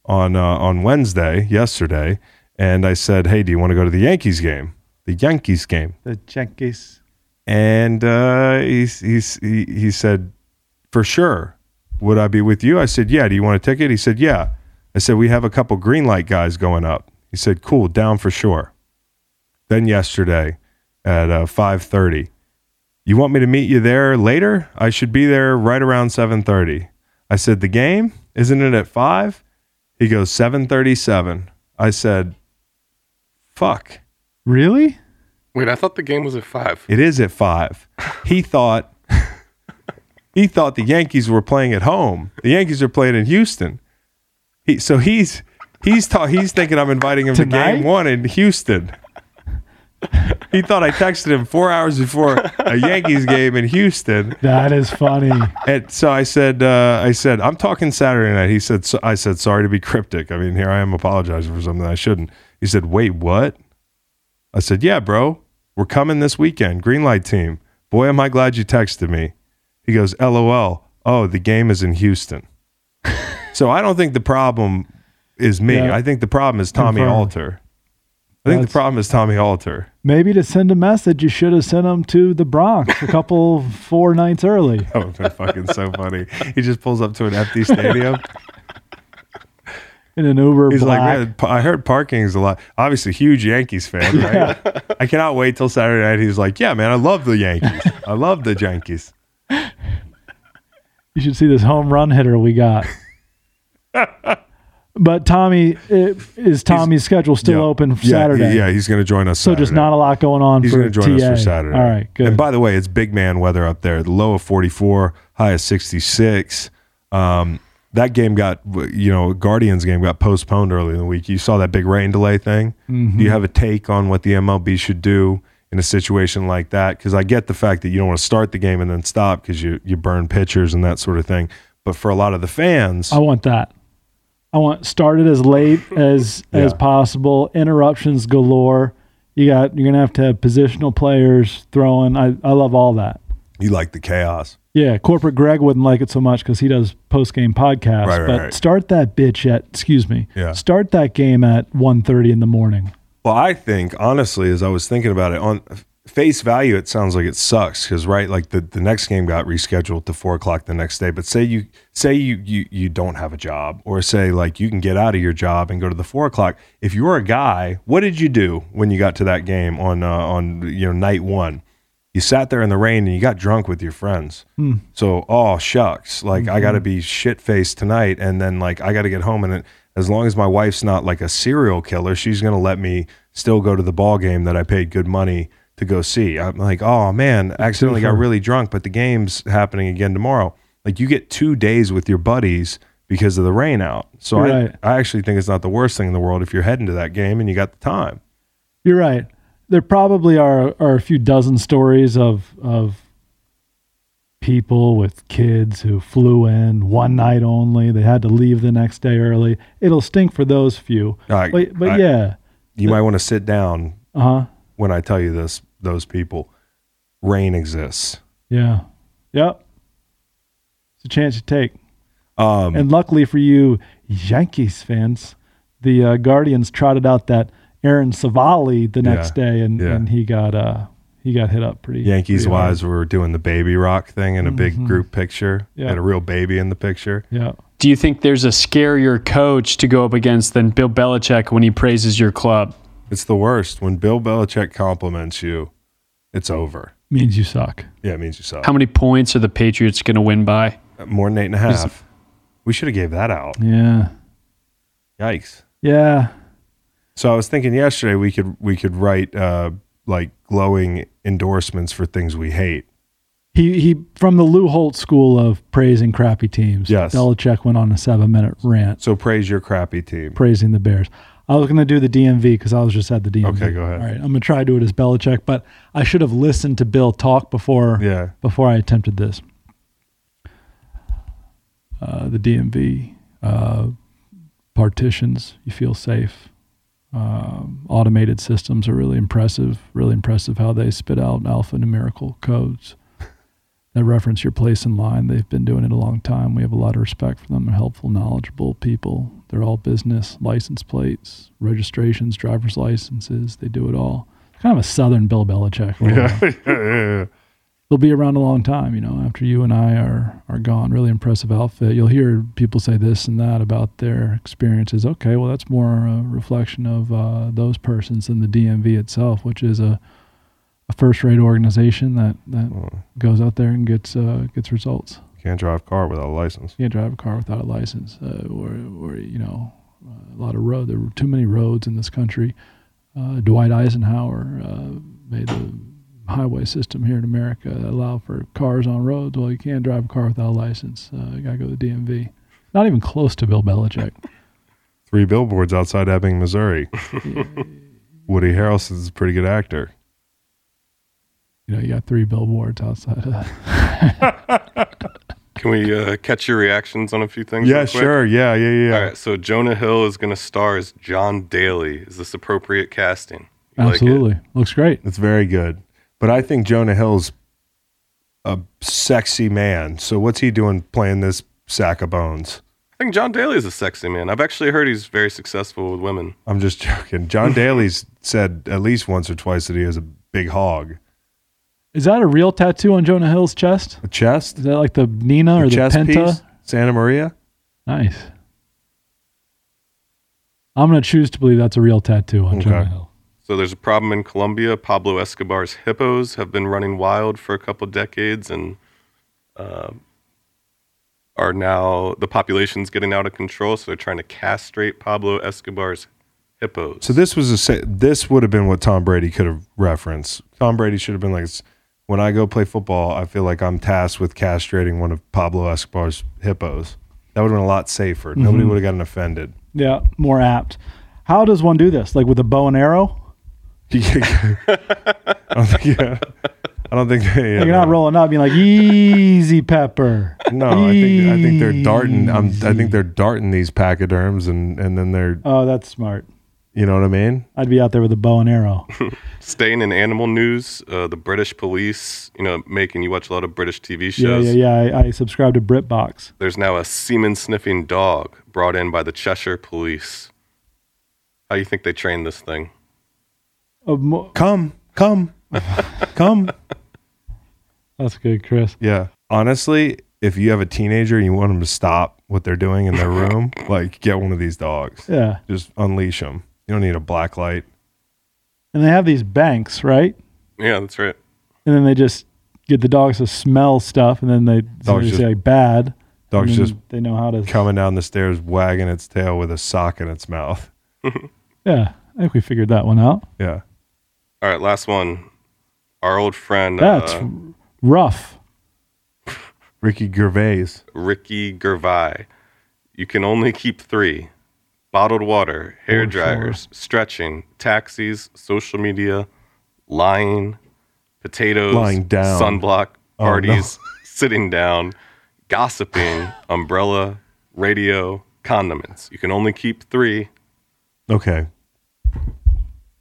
Speaker 5: on uh, on Wednesday, yesterday, and I said, hey, do you want to go to the Yankees game? The Yankees game.
Speaker 4: The Yankees.
Speaker 5: And uh, he's, he's, he, he said, for sure. Would I be with you? I said, yeah. Do you want a ticket? He said, yeah. I said, we have a couple green light guys going up. He said, cool, down for sure. Then yesterday at uh, 5.30, you want me to meet you there later? I should be there right around 7.30. I said, the game? Isn't it at 5? He goes, 7.37. I said, fuck.
Speaker 4: Really?
Speaker 3: Wait, I thought the game was at five.
Speaker 5: It is at five. He thought he thought the Yankees were playing at home. The Yankees are playing in Houston. He, so he's he's ta- he's thinking I'm inviting him
Speaker 4: Tonight?
Speaker 5: to game one in Houston. He thought I texted him four hours before a Yankees game in Houston,
Speaker 4: That is funny.
Speaker 5: and so I said, uh, "I said I'm talking Saturday night." He said, so, "I said sorry to be cryptic. I mean, here I am apologizing for something I shouldn't." He said, "Wait, what?" I said, "Yeah, bro, we're coming this weekend, Green Light Team. Boy, am I glad you texted me." He goes, "LOL. Oh, the game is in Houston." so I don't think the problem is me.
Speaker 4: Yeah.
Speaker 5: I think the problem is Tommy
Speaker 4: Confirmed.
Speaker 5: Alter. I think
Speaker 4: That's-
Speaker 5: the problem is Tommy Alter.
Speaker 4: Maybe to send a message, you should have sent him to the Bronx a couple four nights early.
Speaker 5: That would have been fucking so funny. He just pulls up to an empty stadium.
Speaker 4: in an Uber
Speaker 5: He's
Speaker 4: black.
Speaker 5: like, Man, pa- I heard parking's a lot. Obviously, huge Yankees fan, right? I cannot wait till Saturday night. He's like, Yeah, man, I love the Yankees. I love the Yankees.
Speaker 4: you should see this home run hitter we got. but Tommy i- is Tommy's schedule still
Speaker 5: Yeah.
Speaker 4: open for
Speaker 5: Yeah,
Speaker 4: Saturday?
Speaker 5: he- yeah, he's going to join us.
Speaker 4: So just not a lot going on
Speaker 5: He's
Speaker 4: for
Speaker 5: going to
Speaker 4: TA.
Speaker 5: join us for Saturday.
Speaker 4: All right, good.
Speaker 5: And by the way, it's big man weather up there. The low of 44, high of 66. Um, that game got, you know, Guardians game got postponed early in the week. You saw that big rain delay thing.
Speaker 4: Mm-hmm.
Speaker 5: Do you have a take on what the MLB should do in a situation like that? Because I get the fact that you don't want to start the game and then stop because you you burn pitchers and that sort of thing. But for a lot of the fans,
Speaker 4: I want that. I want started as late as as
Speaker 5: Yeah.
Speaker 4: possible. Interruptions galore. You got you're gonna have to have positional players throwing. I, I love all that.
Speaker 5: you like the chaos.
Speaker 4: Yeah, corporate Greg wouldn't like it so much because he does post game podcasts.
Speaker 5: Right, right,
Speaker 4: but
Speaker 5: right.
Speaker 4: start that bitch at excuse me.
Speaker 5: Yeah.
Speaker 4: Start that game at 1.30 in the morning.
Speaker 5: Well, I think honestly, as I was thinking about it, on face value, it sounds like it sucks because right, like the, the next game got rescheduled to four o'clock the next day. But say you say you you you don't have a job, or say like you can get out of your job and go to the four o'clock. If you're a guy, what did you do when you got to that game on uh, on you know night one? You sat there in the rain and you got drunk with your friends. So, oh shucks, like I got to be shit faced tonight, and then like I got to get home, and it, as long as my wife's not like a serial killer, she's gonna let me still go to the ball game that I paid good money to go see. I'm like, oh man, accidentally got really drunk, but the game's happening again tomorrow. Like you get two days with your buddies because of the rain out. So I,
Speaker 4: Right.
Speaker 5: I actually think it's not the worst thing in the world if you're heading to that game and you got the time.
Speaker 4: You're right. There probably are are a few dozen stories of of people with kids who flew in one night only. They had to leave the next day early. It'll stink for those few.
Speaker 5: I-
Speaker 4: but but
Speaker 5: I-
Speaker 4: yeah.
Speaker 5: You might want to sit down
Speaker 4: Uh huh.
Speaker 5: when I tell you this. Those people, rain exists.
Speaker 4: Yeah. Yep. It's a chance you take.
Speaker 5: Um,
Speaker 4: And luckily for you, Yankees fans, the uh, Guardians trotted out that Aaron Savali the next day, and,
Speaker 5: yeah.
Speaker 4: and he got uh he got hit up pretty.
Speaker 5: Yankees
Speaker 4: pretty hard.
Speaker 5: wise, we were doing the baby rock thing in a big group picture
Speaker 4: Mm-hmm. Yeah.
Speaker 5: and a real baby in the picture.
Speaker 4: Yeah.
Speaker 2: Do you think there's a scarier coach to go up against than Bill Belichick when he praises your club?
Speaker 5: It's the worst. When Bill Belichick compliments you, it's over.
Speaker 4: Means you suck.
Speaker 5: Yeah, it means you suck.
Speaker 2: How many points are the Patriots going to win by?
Speaker 5: More than eight and a half. We should have gave that out.
Speaker 4: Yeah.
Speaker 5: Yikes.
Speaker 4: Yeah.
Speaker 5: So I was thinking yesterday we could we could write uh, like glowing endorsements for things we hate.
Speaker 4: He he from the Lou Holt school of praising crappy teams.
Speaker 5: Yes.
Speaker 4: Belichick went on a seven minute rant
Speaker 5: So praise your crappy team.
Speaker 4: praising the Bears. I was going to do the DMV because I was just at the DMV.
Speaker 5: Okay, go ahead.
Speaker 4: All right, I'm going to try to do it as Belichick, but I should have listened to Bill talk before.
Speaker 5: Yeah.
Speaker 4: before I attempted this. Uh, the DMV uh, partitions, you feel safe. Um, automated systems are really impressive. Really impressive how they spit out alphanumerical codes that reference your place in line. They've been doing it a long time. We have a lot of respect for them. They're helpful, knowledgeable people. They're all business, license plates, registrations, driver's licenses. They do it all. Kind of a Southern Bill Belichick. Yeah they'll be around a long time, you know, after you and I are are gone. Really impressive outfit. You'll hear people say this and that about their experiences. Okay, well that's more a reflection of uh, those persons than the DMV itself, which is a a first rate organization that that goes out there and gets uh, gets results.
Speaker 5: Can't drive a car without a license.
Speaker 4: You can't drive a car without a license, uh, or or you know, a lot of road. There were too many roads in this country. Uh, Dwight Eisenhower uh, made the highway system here in America allow for cars on roads. Well, you can't drive a car without a license. Uh, you gotta go to the DMV. Not even close to Bill Belichick.
Speaker 5: Three billboards outside Ebbing, Missouri. Woody Harrelson's a pretty good actor.
Speaker 4: You know, you got three billboards outside of
Speaker 3: Can we uh, catch your reactions on a few things?
Speaker 5: Yeah,
Speaker 3: real quick?
Speaker 5: sure. Yeah, yeah, yeah.
Speaker 3: All right, so Jonah Hill is going to star as John Daly. Is this appropriate casting? You like it?
Speaker 4: Absolutely. Looks great.
Speaker 5: That's very good. But I think Jonah Hill's a sexy man. So what's he doing playing this sack of bones?
Speaker 3: I think John Daly is a sexy man. I've actually heard he's very successful with women.
Speaker 5: I'm just joking. John Daly's said at least once or twice that he is a big hog.
Speaker 4: Is that a real tattoo on Jonah Hill's chest?
Speaker 5: A chest?
Speaker 4: Is that like the Nina or
Speaker 5: a
Speaker 4: the
Speaker 5: chest
Speaker 4: Penta?
Speaker 5: piece? Santa Maria?
Speaker 4: Nice. I'm gonna choose to believe that's a real tattoo on
Speaker 5: Okay.
Speaker 4: Jonah Hill.
Speaker 3: So there's a problem in Colombia. Pablo Escobar's hippos have been running wild for a couple decades and uh, are now the population's getting out of control. So they're trying to castrate Pablo Escobar's hippos.
Speaker 5: So this was a sa- this would have been what Tom Brady could have referenced. Tom Brady should have been like when I go play football, I feel like I'm tasked with castrating one of Pablo Escobar's hippos. That would have been a lot safer. Nobody would have gotten offended.
Speaker 4: Yeah, more apt. How does one do this? Like with a bow and arrow?
Speaker 5: Yeah. I don't think. Yeah. I don't think they. Yeah,
Speaker 4: Like you're not
Speaker 5: no.
Speaker 4: rolling up, you're like easy pepper.
Speaker 5: No, I think I think they're darting. I'm, I think they're darting these pachyderms, and and then they're.
Speaker 4: Oh, that's smart.
Speaker 5: You know what I mean?
Speaker 4: I'd be out there with a bow and arrow.
Speaker 3: Staying in animal news, uh, the British police, you know, making you watch a lot of British TV
Speaker 4: yeah,
Speaker 3: shows.
Speaker 4: yeah, yeah. I, I subscribe to BritBox.
Speaker 3: There's now a semen sniffing dog brought in by the Cheshire police. How you think they trained this thing?
Speaker 4: A Oh, mo-
Speaker 5: Come, come, come.
Speaker 4: that's good, Chris.
Speaker 5: Yeah. Honestly, if you have a teenager and you want them to stop what they're doing in their room, like get one of these dogs.
Speaker 4: Yeah,
Speaker 5: Just unleash them. You don't need a black light.
Speaker 4: and they have these banks, right?
Speaker 3: Yeah, that's right.
Speaker 4: And then they just get the dogs to smell stuff, and then they
Speaker 5: Dogs
Speaker 4: they
Speaker 5: just-
Speaker 4: say like, bad. and
Speaker 5: Dog's
Speaker 4: then
Speaker 5: just
Speaker 4: they know how to.
Speaker 5: coming down the stairs, wagging its tail with a sock in its mouth.
Speaker 4: Yeah, I think we figured that one out.
Speaker 5: Yeah.
Speaker 3: All right, last one. Our old friend
Speaker 4: That's
Speaker 3: uh,
Speaker 4: rough.
Speaker 5: Ricky Gervais.
Speaker 3: Ricky Gervais. You can only keep three: bottled water, hair
Speaker 4: Or
Speaker 3: dryers, stretching, taxis, social media, lying, potatoes,
Speaker 5: Lying down. Oh,
Speaker 3: sunblock,
Speaker 5: no.
Speaker 3: parties, sitting down, gossiping, umbrella, radio, condiments. You can only keep three.
Speaker 5: Okay.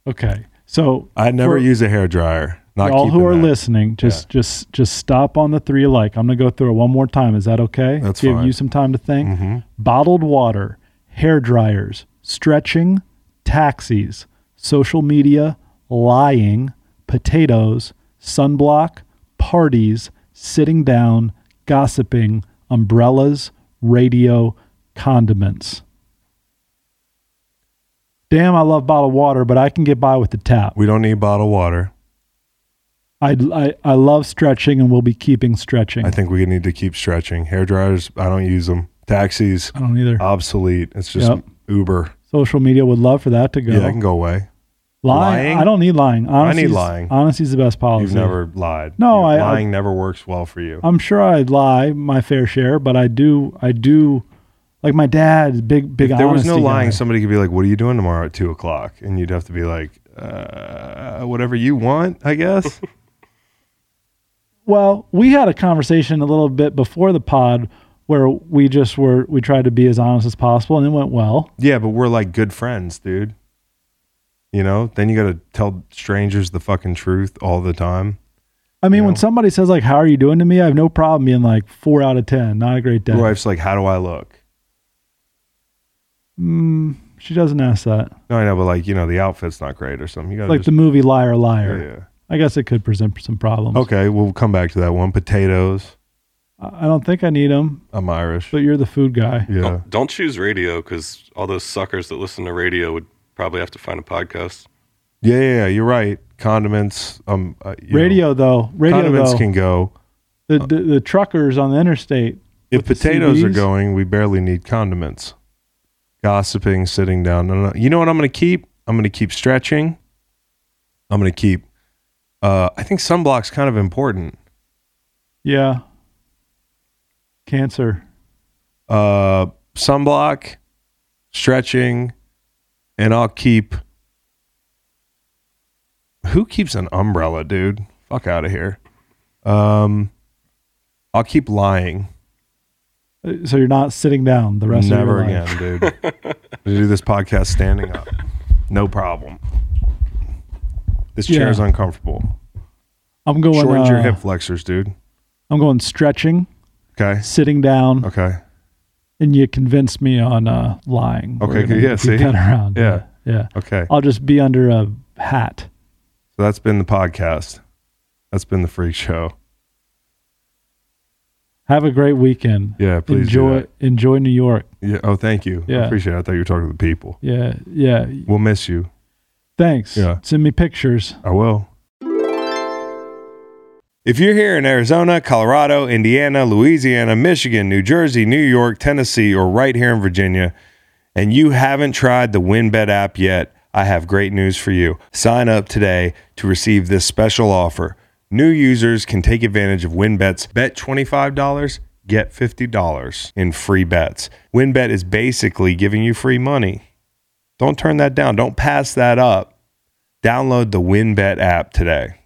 Speaker 4: Okay, so
Speaker 5: I never
Speaker 4: For-
Speaker 5: use a hair dryer. Not
Speaker 4: all who
Speaker 5: keeping
Speaker 4: are
Speaker 5: that.
Speaker 4: listening, just just just stop on the three you like. I'm gonna go through it one more time. Is that okay?
Speaker 5: That's
Speaker 4: Give
Speaker 5: fine. Mm-hmm.
Speaker 4: you some time to think. Bottled water, hair dryers, stretching, taxis, social media, lying, potatoes, sunblock, parties, sitting down, gossiping, umbrellas, radio, condiments. Damn, I love bottled water, but I can get by with the tap.
Speaker 5: We don't need bottled water.
Speaker 4: I, I, I love stretching and we will be keeping stretching.
Speaker 5: I think we need to keep stretching. Hair dryers, I don't use them. Taxis,
Speaker 4: I don't either.
Speaker 5: obsolete. It's just
Speaker 4: Yep.
Speaker 5: Uber.
Speaker 4: Social media would love for that to go.
Speaker 5: Yeah, that can go away.
Speaker 4: lying,
Speaker 5: lying?
Speaker 4: I don't need lying. Honesty
Speaker 5: need
Speaker 4: is-
Speaker 5: lying.
Speaker 4: Honesty is the best policy.
Speaker 5: You've never lied.
Speaker 4: No,
Speaker 5: You-
Speaker 4: I- I-
Speaker 5: lying never works well for you.
Speaker 4: I'm sure I lie my fair share, but I do. I do. Like my dad's big big.
Speaker 5: If there was no
Speaker 4: honesty guy.
Speaker 5: lying, somebody could be like, "What are you doing tomorrow at two o'clock?" And you'd have to be like, uh, "Whatever you want, I guess."
Speaker 4: Well, we had a conversation a little bit before the pod where we just were we tried to be as honest as possible and it went well.
Speaker 5: yeah, but we're like good friends, dude. You know, then you got to tell strangers the fucking truth all the time.
Speaker 4: I mean, when somebody says like, "How are you doing?" to me, I have no problem being like four out of ten. Not a great day.
Speaker 5: Your wife's like, "How do I look?"
Speaker 4: Mm, she doesn't ask that.
Speaker 5: No, I know, but like, you know, the outfit's not great or something. You got to
Speaker 4: like the movie Liar Liar.
Speaker 5: yeah.
Speaker 4: I guess it could present some problems.
Speaker 5: Okay, we'll come back to that one. Potatoes.
Speaker 4: I I don't think I need them,
Speaker 5: I'm Irish.
Speaker 4: but you're the food guy.
Speaker 5: Yeah.
Speaker 3: Don't, don't choose radio because all those suckers that listen to radio would probably have to find a podcast.
Speaker 5: Yeah, yeah, yeah, you're right. Condiments. Um, uh, you know,
Speaker 4: radio though, radio
Speaker 5: condiments
Speaker 4: though,
Speaker 5: can go.
Speaker 4: the, the the truckers on the interstate.
Speaker 5: If
Speaker 4: with the
Speaker 5: potatoes are
Speaker 4: CDs.
Speaker 5: going, we barely need condiments. Gossiping, sitting down. No, no. You know what I'm going to keep? I'm going to keep stretching. I'm going to keep. Uh, I think sunblock's kind of important.
Speaker 4: yeah, cancer.
Speaker 5: Uh, sunblock, stretching, and I'll keep. Who keeps an umbrella, dude?
Speaker 1: Fuck out of here. Um, I'll keep lying.
Speaker 4: Uh, So you're not sitting down the rest of your
Speaker 1: Never
Speaker 4: life.
Speaker 1: again, dude. I do this podcast standing up. No problem. This chair
Speaker 4: Yeah.
Speaker 1: is uncomfortable.
Speaker 4: I'm going.
Speaker 1: Shortens your
Speaker 4: uh,
Speaker 1: hip flexors, dude.
Speaker 4: I'm going stretching,
Speaker 1: Okay.
Speaker 4: sitting down,
Speaker 1: Okay.
Speaker 4: and you convinced me on uh, lying. We're
Speaker 1: Okay,
Speaker 4: gonna
Speaker 1: yeah,
Speaker 4: keep
Speaker 1: see?
Speaker 4: that around.
Speaker 1: Yeah.
Speaker 4: yeah.
Speaker 1: Okay.
Speaker 4: I'll just be under a hat.
Speaker 1: So that's been the podcast. That's been the freak show.
Speaker 4: Have a great weekend.
Speaker 1: Yeah, please do
Speaker 4: enjoy
Speaker 1: that.
Speaker 4: enjoy New York.
Speaker 1: Yeah. Oh, thank you. I
Speaker 4: Yeah.
Speaker 1: appreciate it. I thought you were talking to the people.
Speaker 4: Yeah, yeah.
Speaker 1: We'll miss you.
Speaker 4: Thanks.
Speaker 1: Yeah.
Speaker 4: Send me pictures.
Speaker 1: I will. If you're here in Arizona, Colorado, Indiana, Louisiana, Michigan, New Jersey, New York, Tennessee, or right here in Virginia, and you haven't tried the WinBet app yet, I have great news for you. Sign up today to receive this special offer. New users can take advantage of WinBet's bet $25, get $50 in free bets. WinBet is basically giving you free money. Don't turn that down. Don't pass that up. Download the WinBet app today.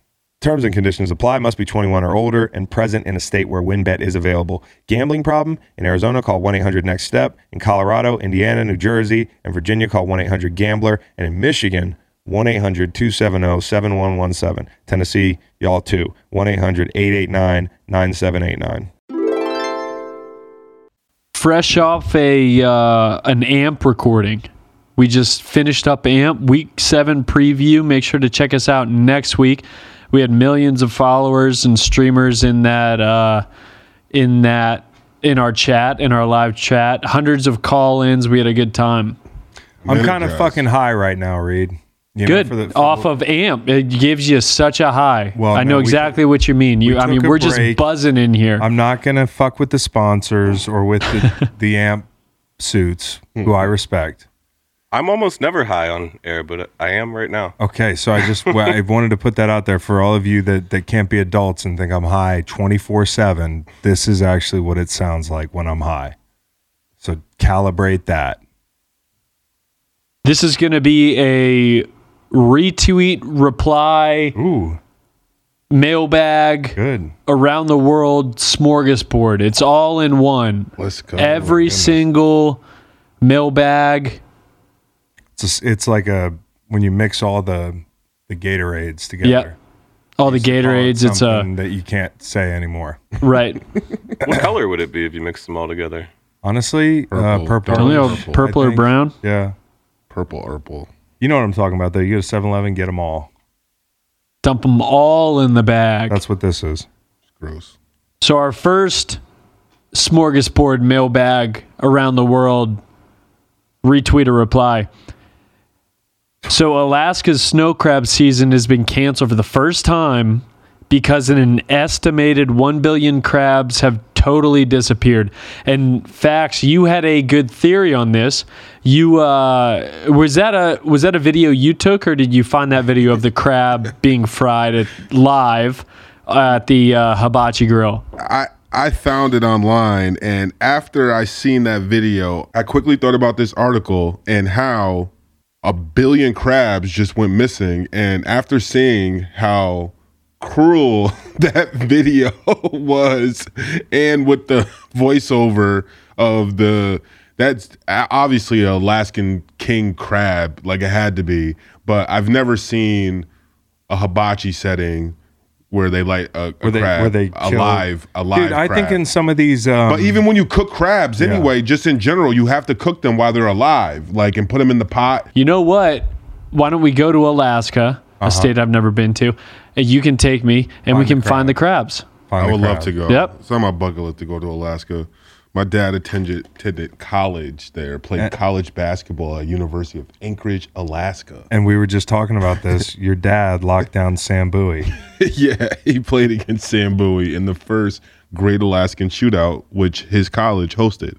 Speaker 1: Terms and conditions apply. Must be 21 or older and present in a state where WinBet is available. Gambling problem? In Arizona, call 1 800 Next Step. In Colorado, Indiana, New Jersey, and Virginia, call 1 800 Gambler. And in Michigan, 1 800 270 7117. Tennessee, y'all too. 1 800 889 9789.
Speaker 2: fresh off a uh, an amp recording. We just finished up amp week seven preview. Make sure to check us out next week. We had millions of followers and streamers in that uh, in that in our chat in our live chat. Hundreds of call ins. We had a good time.
Speaker 1: I'm
Speaker 6: Minute
Speaker 1: kind of
Speaker 6: drives.
Speaker 1: fucking high right now, Reed. You know,
Speaker 2: Good
Speaker 1: for the- for
Speaker 2: off
Speaker 1: the-
Speaker 2: of amp. It gives you such a high.
Speaker 1: Well,
Speaker 2: I
Speaker 1: no,
Speaker 2: know
Speaker 1: we
Speaker 2: exactly what you mean. You, I
Speaker 1: took
Speaker 2: mean,
Speaker 1: a
Speaker 2: we're just
Speaker 1: break.
Speaker 2: buzzing in here.
Speaker 1: I'm not gonna fuck with the sponsors or with the, the amp suits,
Speaker 2: Hmm.
Speaker 1: who I respect.
Speaker 3: I'm almost never high on air, but I am right now.
Speaker 1: Okay, so I just well, I wanted to put that out there for all of you that that can't be adults and think I'm high 24 seven. This is actually what it sounds like when I'm high. So calibrate that.
Speaker 2: This is going to be a retweet reply.
Speaker 1: Ooh,
Speaker 2: mailbag
Speaker 1: good.
Speaker 2: around the world smorgasbord. It's all in one.
Speaker 6: Let's go.
Speaker 2: Every single mailbag.
Speaker 1: It's just, it's like a when you mix all the the Gatorades together.
Speaker 2: Yep. All the
Speaker 1: Call it
Speaker 2: Gatorades. It's uh, a
Speaker 1: something that you can't say anymore.
Speaker 2: right.
Speaker 3: What color would it be if you mixed them all together?
Speaker 1: Honestly, uh,
Speaker 6: Purple,
Speaker 1: purple.
Speaker 2: Only all
Speaker 6: Purple.
Speaker 2: purple
Speaker 1: I
Speaker 2: or
Speaker 1: think.
Speaker 2: brown.
Speaker 1: Yeah.
Speaker 6: purple, purple.
Speaker 1: You know what I'm talking about, though. You go to 7 Eleven, get them all.
Speaker 2: Dump them all in the bag.
Speaker 1: That's what this is.
Speaker 6: It's gross.
Speaker 2: so our first smorgasbord mailbag around the world. Retweet a reply. So Alaska's snow crab season has been canceled for the first time because an estimated 1 billion crabs have totally disappeared. And facts, you had a good theory on this. You uh, was that a was that a video you took or did you find that video of the crab being fried at, live at the uh, hibachi grill?
Speaker 6: I I found it online, and after I seen that video, I quickly thought about this article and how a billion crabs just went missing. And after seeing how cruel that video was, and with the voiceover of the that's a- obviously a Alaskan king crab, like it had to be. But I've never seen a hibachi setting where they light a, a
Speaker 1: Where they,
Speaker 6: crab
Speaker 1: where they kill-
Speaker 6: alive, alive.
Speaker 1: Dude, I think
Speaker 6: crab.
Speaker 1: in some of these. Um,
Speaker 6: But even when you cook crabs, anyway, just in general, you have to cook them while they're alive, like and put them in the pot.
Speaker 2: you know what? Why don't we go to Alaska, a state I've never been to, and you can take me and
Speaker 1: Uh-huh. Find
Speaker 2: we
Speaker 1: the
Speaker 2: can find the crabs.
Speaker 1: find
Speaker 6: I
Speaker 1: the
Speaker 6: would love
Speaker 1: crab.
Speaker 6: to go.
Speaker 2: Yep.
Speaker 6: It's on my bucket list to go to Alaska. My dad attended, attended college there, played college basketball at University of Anchorage, Alaska.
Speaker 1: And we were just talking about this. Your dad locked down Sam Bowie.
Speaker 6: yeah, he played against Sam Bowie in the first Great Alaskan Shootout, which his college hosted.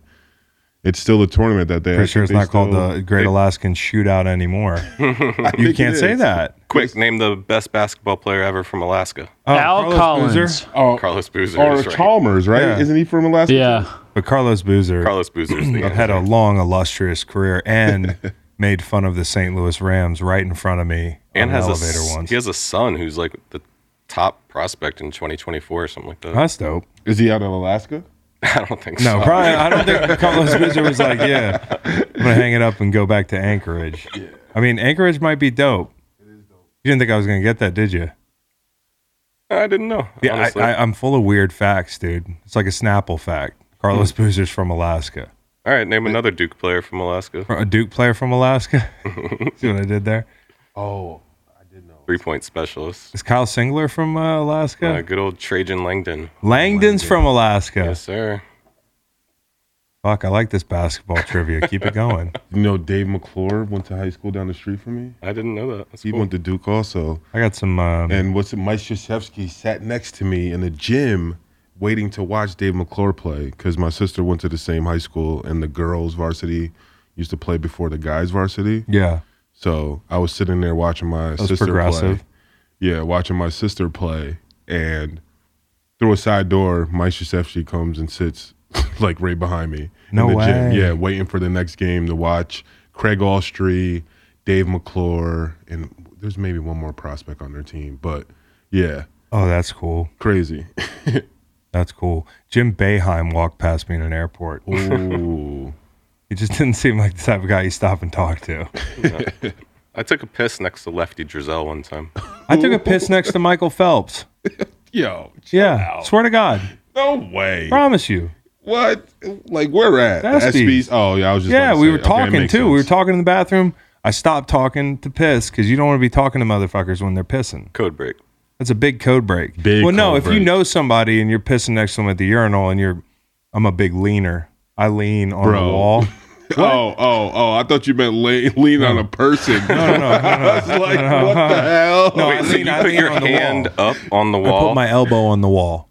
Speaker 6: It's still a tournament that they. I
Speaker 1: Pretty sure
Speaker 6: think
Speaker 1: it's
Speaker 6: they
Speaker 1: not called
Speaker 6: still-
Speaker 1: the Great Alaskan Shootout anymore.
Speaker 6: I think
Speaker 1: You
Speaker 6: it
Speaker 1: can't say
Speaker 6: is.
Speaker 1: that.
Speaker 3: Quick, name the best basketball player ever from Alaska.
Speaker 1: Oh,
Speaker 2: Al
Speaker 1: Carlos
Speaker 2: Collins.
Speaker 1: Boozer.
Speaker 6: Oh,
Speaker 3: Carlos Boozer.
Speaker 6: or
Speaker 3: is right.
Speaker 6: Chalmers, right?
Speaker 1: Yeah.
Speaker 6: Isn't he from Alaska?
Speaker 2: Yeah.
Speaker 1: But Carlos Boozer
Speaker 3: Carlos Boozer is the
Speaker 1: Mm-hmm. had
Speaker 3: answer.
Speaker 1: a long, illustrious career and made fun of the St. Louis Rams right in front of me on
Speaker 3: and has
Speaker 1: the
Speaker 3: a
Speaker 1: elevator
Speaker 3: s-
Speaker 1: once.
Speaker 3: he has a son who's like the top prospect in 2024 or something like that.
Speaker 1: That's dope.
Speaker 6: Is he out of Alaska?
Speaker 3: I don't think so.
Speaker 1: No, probably. I don't think Carlos Boozer was like, yeah, I'm gonna hang it up and go back to Anchorage. I mean, Anchorage might be dope. You didn't think I was gonna get that, did you?
Speaker 3: I didn't know.
Speaker 1: Yeah,
Speaker 3: honestly.
Speaker 1: I, I, I'm full of weird facts, dude. It's like a Snapple fact. Carlos Boozer's from Alaska.
Speaker 3: All right, name another Duke player from Alaska.
Speaker 1: From- A Duke player from Alaska. See what I did there?
Speaker 6: Oh, I did know.
Speaker 3: Three point specialist.
Speaker 1: Is Kyle Singler from uh, Alaska?
Speaker 3: Uh, good old Trajan Langdon.
Speaker 1: Langdon's from Alaska.
Speaker 3: Yes, sir.
Speaker 1: Fuck, I like this basketball trivia. Keep it going.
Speaker 6: You know, Dave McClure went to high school down the street from me.
Speaker 3: I didn't know that. That's
Speaker 6: He
Speaker 3: cool.
Speaker 6: went to Duke also.
Speaker 1: I got some. Um,
Speaker 6: And what's it? Mike Krzyzewski sat next to me in the gym waiting to watch Dave McClure play because my sister went to the same high school and the girls' varsity used to play before the guys' varsity.
Speaker 1: yeah,
Speaker 6: So I was sitting there watching my
Speaker 1: was
Speaker 6: sister
Speaker 1: progressive.
Speaker 6: play. Yeah, watching my sister play, and through a side door, Mike Krzyzewski comes and sits like right behind me.
Speaker 1: No
Speaker 6: in the Gym.
Speaker 1: way.
Speaker 6: Yeah, waiting for the next game to watch Craig Allstree, Dave McClure, and there's maybe one more prospect on their team, but yeah,
Speaker 1: Oh, that's cool.
Speaker 6: crazy.
Speaker 1: That's cool. Jim Beheim walked past me in an airport.
Speaker 6: Ooh,
Speaker 1: He just didn't seem like the type of guy you stop and talk to.
Speaker 3: I took a piss next to Lefty Drizel one time.
Speaker 1: I took a piss next to Michael Phelps.
Speaker 6: yo,
Speaker 1: Yeah, swear to God,
Speaker 6: no way.
Speaker 1: promise you.
Speaker 6: What? Like where at?
Speaker 1: Espy's.
Speaker 6: SB's. Oh yeah, I was just about
Speaker 1: Yeah,
Speaker 6: to
Speaker 1: we
Speaker 6: say.
Speaker 1: were
Speaker 6: Okay, it
Speaker 1: talking too.
Speaker 6: makes
Speaker 1: We were
Speaker 6: sense.
Speaker 1: talking in the bathroom. I stopped talking to piss because you don't want to be talking to motherfuckers when they're pissing.
Speaker 3: Code break.
Speaker 1: That's a big code break.
Speaker 6: Big
Speaker 1: well, no,
Speaker 6: code
Speaker 1: if you
Speaker 6: break.
Speaker 1: know somebody and you're pissing next to them at the urinal and you're, I'm a big leaner. I lean on the
Speaker 6: Bro.
Speaker 1: wall.
Speaker 6: Oh, oh, oh! I thought you meant lean, lean on a person.
Speaker 1: No, no, no, no.
Speaker 6: I was like, what the hell?
Speaker 1: No, I
Speaker 3: Wait, so
Speaker 1: lean-
Speaker 3: you
Speaker 1: I
Speaker 3: put
Speaker 1: lean
Speaker 3: your
Speaker 1: on the
Speaker 3: hand up on the
Speaker 1: I
Speaker 3: wall?
Speaker 1: put my elbow on the wall.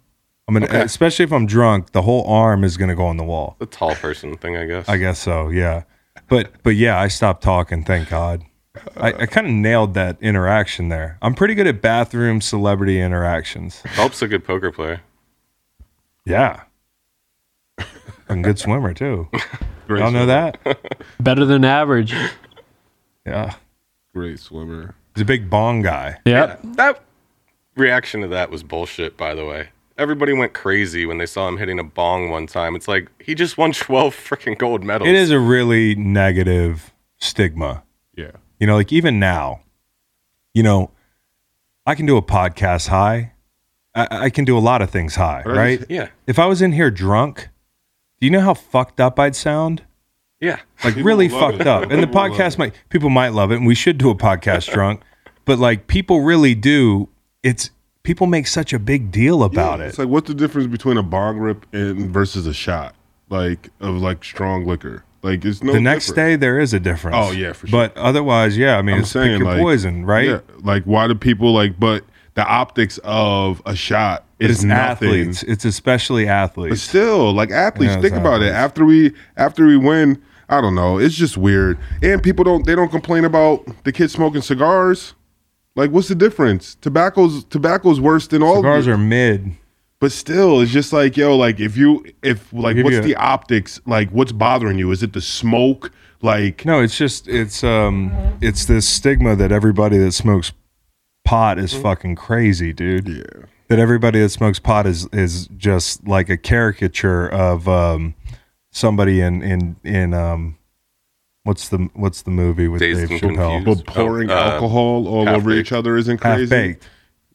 Speaker 1: I'm an, especially if I'm drunk, the whole arm is gonna go on the wall.
Speaker 3: the tall person thing, I guess.
Speaker 1: I guess so, yeah. But but yeah, I stopped talking. Thank God. I, I kind of nailed that interaction there. I'm pretty good at bathroom celebrity interactions.
Speaker 3: Phelps a good poker player.
Speaker 1: Yeah, I'm a good swimmer too.
Speaker 6: Great,
Speaker 1: Y'all know that?
Speaker 2: Better than average.
Speaker 1: Yeah,
Speaker 6: great swimmer.
Speaker 1: he's a big bong guy.
Speaker 2: Yep.
Speaker 3: That reaction to that was bullshit, by the way. Everybody went crazy when they saw him hitting a bong one time. It's like he just won 12 freaking gold
Speaker 6: Oh.
Speaker 3: medals.
Speaker 1: It is a really negative stigma.
Speaker 6: Yeah,
Speaker 1: You know, like even now, you know, I can do a podcast high. I, I can do a lot of things high,
Speaker 6: Right.
Speaker 1: right?
Speaker 3: Yeah.
Speaker 1: If I was in here drunk, do you know how fucked up I'd sound?
Speaker 3: Yeah.
Speaker 1: Like
Speaker 6: People
Speaker 1: really
Speaker 6: will love
Speaker 1: fucked
Speaker 6: it.
Speaker 1: up. And the
Speaker 6: People will love
Speaker 1: podcast might people might love it, and we should do a podcast drunk. But like people really do. It's people make such a big deal about
Speaker 6: Yeah,
Speaker 1: it.
Speaker 6: It's like, what's the difference between a bong rip and versus a shot, like of like strong liquor? Like it's no.
Speaker 1: the next
Speaker 6: different.
Speaker 1: day there is a difference.
Speaker 6: Oh, yeah, for sure.
Speaker 1: But otherwise, yeah, I mean,
Speaker 6: I'm
Speaker 1: it's
Speaker 6: saying,
Speaker 1: pick your
Speaker 6: like-
Speaker 1: poison, right?
Speaker 6: yeah. Like, why do people like? But the optics of a shot
Speaker 1: It's,
Speaker 6: is nothing.
Speaker 1: athletes. It's especially
Speaker 6: But
Speaker 1: athletes.
Speaker 6: still, like athletes,
Speaker 1: Yeah, it's
Speaker 6: think about it.
Speaker 1: athletes.
Speaker 6: After we after we win, I don't know. It's just weird. And people don't they don't complain about the kids smoking cigars. Like, what's the difference? Tobacco's tobacco's worse than all.
Speaker 1: Cigars
Speaker 6: the-
Speaker 1: are mid.
Speaker 6: but still, it's just like yo, like if you if like
Speaker 1: give
Speaker 6: what's
Speaker 1: you a-
Speaker 6: the optics? Like, what's bothering you? Is it the smoke? Like,
Speaker 1: No, it's just it's um it's this stigma that everybody that smokes pot is fucking crazy, dude. Yeah. That everybody that smokes pot is is just like a caricature of um somebody in in in um what's the what's the movie with
Speaker 3: Dazed
Speaker 1: Dave
Speaker 3: and
Speaker 1: Chappelle?
Speaker 3: Confused.
Speaker 6: but pouring
Speaker 3: Oh, uh,
Speaker 6: alcohol all over
Speaker 3: half-baked.
Speaker 6: each other isn't crazy.
Speaker 1: Half baked,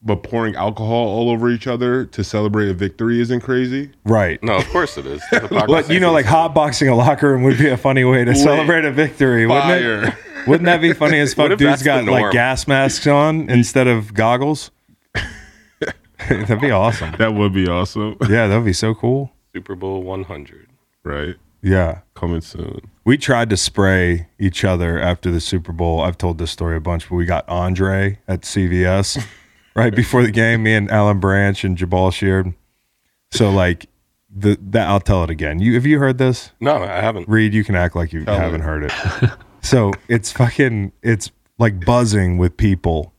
Speaker 6: But pouring alcohol all over each other to celebrate a victory isn't crazy.
Speaker 1: right?
Speaker 3: No, of course it is. It's hypocrisy.
Speaker 1: But you know, like hotboxing a locker room would be a funny way to celebrate a victory, wouldn't
Speaker 6: Fire.
Speaker 1: it? Wouldn't that be funny as
Speaker 3: What
Speaker 1: fuck?
Speaker 3: if
Speaker 1: Dude's
Speaker 3: that's the
Speaker 1: got
Speaker 3: norm?
Speaker 1: like gas masks on instead of goggles. That'd be awesome.
Speaker 6: that would be awesome.
Speaker 1: Yeah, that'd be so cool.
Speaker 3: Super Bowl 100.
Speaker 6: right.
Speaker 1: Yeah.
Speaker 6: Coming soon.
Speaker 1: We tried to spray each other after the Super Bowl. I've told this story a bunch, but we got Andre at CVS right before the game, me and Alan Branch and Jabal Sheard. So like the that I'll tell it again. You have you heard this?
Speaker 3: No, I haven't.
Speaker 1: Reed, you can act like you haven't heard it. so it's fucking it's like buzzing with people,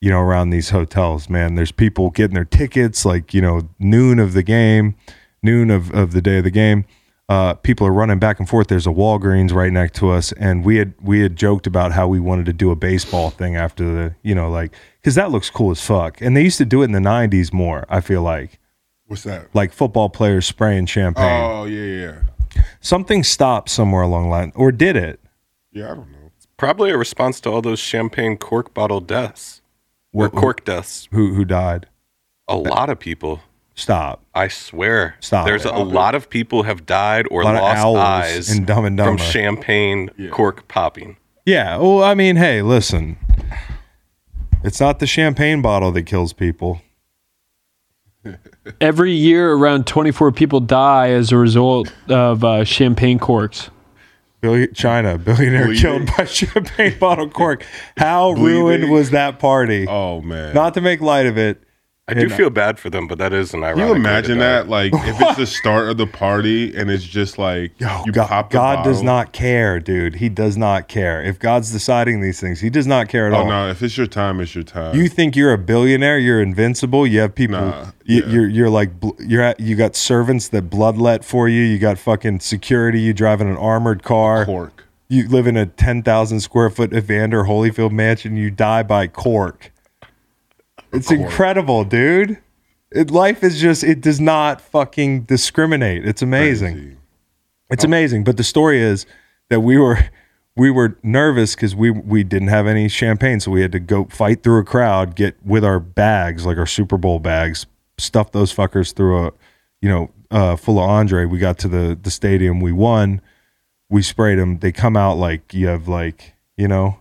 Speaker 1: you know, around these hotels, man. There's people getting their tickets like, you know, noon of the game, noon of, of the day of the game. uh, people are running back and forth. There's a Walgreens right next to us, and we had we had joked about how we wanted to do a baseball thing after the you know like because that looks cool as fuck. And they used to do it in the '90s more. I feel like
Speaker 6: What's that?
Speaker 1: like football players spraying champagne.
Speaker 6: Oh yeah, yeah,
Speaker 1: Something stopped somewhere along the line, or did it?
Speaker 6: yeah. I don't know.
Speaker 3: Probably a response to all those champagne cork bottle deaths. Or
Speaker 1: Wh- wh-
Speaker 3: cork deaths.
Speaker 1: Who who died?
Speaker 3: A lot of people.
Speaker 1: Stop.
Speaker 3: I swear.
Speaker 1: Stop
Speaker 3: There's
Speaker 1: it.
Speaker 3: a lot of people have died or
Speaker 1: A lot of
Speaker 3: lost
Speaker 1: owls
Speaker 3: eyes
Speaker 1: and Dumb and
Speaker 3: from
Speaker 1: Dumber.
Speaker 3: champagne cork popping.
Speaker 1: Yeah. Well, I mean, hey, listen. It's not the champagne bottle that kills people.
Speaker 7: Every year, around 24 people die as a result of uh, champagne corks.
Speaker 1: Billi- China billionaire
Speaker 6: Bleeding.
Speaker 1: killed by champagne bottle cork. How
Speaker 6: Bleeding.
Speaker 1: ruined was that party?
Speaker 6: Oh man.
Speaker 1: Not to make light of it.
Speaker 3: I do
Speaker 1: And- uh,
Speaker 3: feel bad for them, but that is an ironic.
Speaker 6: Can you
Speaker 3: way to
Speaker 6: imagine
Speaker 3: die.
Speaker 6: that? Like, if it's the start of the party and it's just like
Speaker 1: Oh,
Speaker 6: you
Speaker 1: God,
Speaker 6: pop the
Speaker 1: God does
Speaker 6: bottle.
Speaker 1: not care, dude. He does not care. If God's deciding these things, he does not care at all.
Speaker 6: Oh no! If it's your time, it's your time.
Speaker 1: You think you're a billionaire? You're invincible. You have people.
Speaker 6: Nah,
Speaker 1: you,
Speaker 6: yeah.
Speaker 1: You're you're like bl- you're at, you got servants that bloodlet for you. You got fucking security. You driving an armored car.
Speaker 6: cork.
Speaker 1: You live in a ten thousand square foot Evander Holyfield mansion. You die by cork. It's incredible, dude. It, life is just it does not fucking discriminate. It's amazing.
Speaker 6: Crazy.
Speaker 1: It's amazing, but the story is that we were we were nervous because we we didn't have any champagne, so we had to go fight through a crowd, get with our bags like our Super Bowl bags, stuff those fuckers through a you know uh, full of Andre. We got to the the stadium, we won, we sprayed them. They come out like you have like you know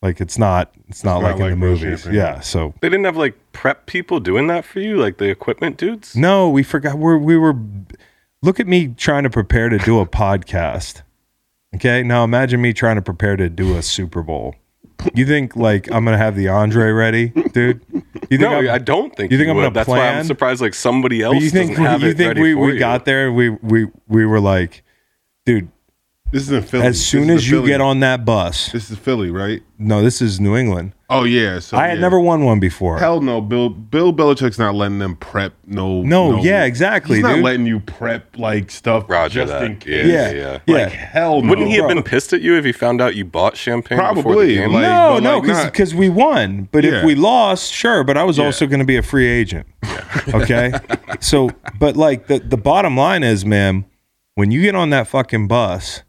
Speaker 1: like it's not it's not,
Speaker 6: not
Speaker 1: like, in
Speaker 6: like
Speaker 1: the
Speaker 6: real
Speaker 1: movies,
Speaker 6: champagne.
Speaker 1: yeah. So
Speaker 3: They didn't have like prep people doing that for you, like the equipment dudes.
Speaker 1: no, we forgot we're we were look at me trying to prepare to do a podcast. Okay. Now imagine me trying to prepare to do a Super Bowl. You think like I'm gonna have the Andre ready, dude? You think
Speaker 3: No,
Speaker 1: I'm-
Speaker 3: I don't think
Speaker 1: you think I'm
Speaker 3: would.
Speaker 1: gonna
Speaker 3: That's why
Speaker 1: plan?
Speaker 3: I'm surprised. Like somebody
Speaker 1: but
Speaker 3: else
Speaker 1: you think
Speaker 3: doesn't have
Speaker 1: you
Speaker 3: it
Speaker 1: think
Speaker 3: ready
Speaker 1: we,
Speaker 3: for
Speaker 1: we
Speaker 3: you.
Speaker 1: got there and we we we were like, dude,
Speaker 6: This is in Philly.
Speaker 1: as soon
Speaker 6: This is
Speaker 1: as you
Speaker 6: Philly.
Speaker 1: get on that bus.
Speaker 6: this is Philly, right?
Speaker 1: No, this is New England.
Speaker 6: Oh yeah. So
Speaker 1: I had
Speaker 6: yeah.
Speaker 1: never won one before.
Speaker 6: Hell no, Bill. Bill Belichick's not letting them prep. No.
Speaker 1: No, yeah, exactly,
Speaker 6: He's not
Speaker 1: dude.
Speaker 6: letting you prep like stuff.
Speaker 3: Roger
Speaker 6: just
Speaker 3: that.
Speaker 6: in
Speaker 3: Yeah,
Speaker 6: case.
Speaker 1: yeah, yeah.
Speaker 3: yeah.
Speaker 6: Like hell no.
Speaker 3: Wouldn't he have
Speaker 1: Bro.
Speaker 3: been pissed at you if he found out you bought champagne? Before the
Speaker 6: Probably,
Speaker 3: game?
Speaker 6: like-
Speaker 1: no,
Speaker 6: but,
Speaker 1: no,
Speaker 6: like,
Speaker 1: because
Speaker 6: not-
Speaker 1: we won. But if
Speaker 6: Yeah.
Speaker 1: we lost, sure. But I was also going to be a free agent. Okay. so, but like the the bottom line is, man, when you get on that fucking bus,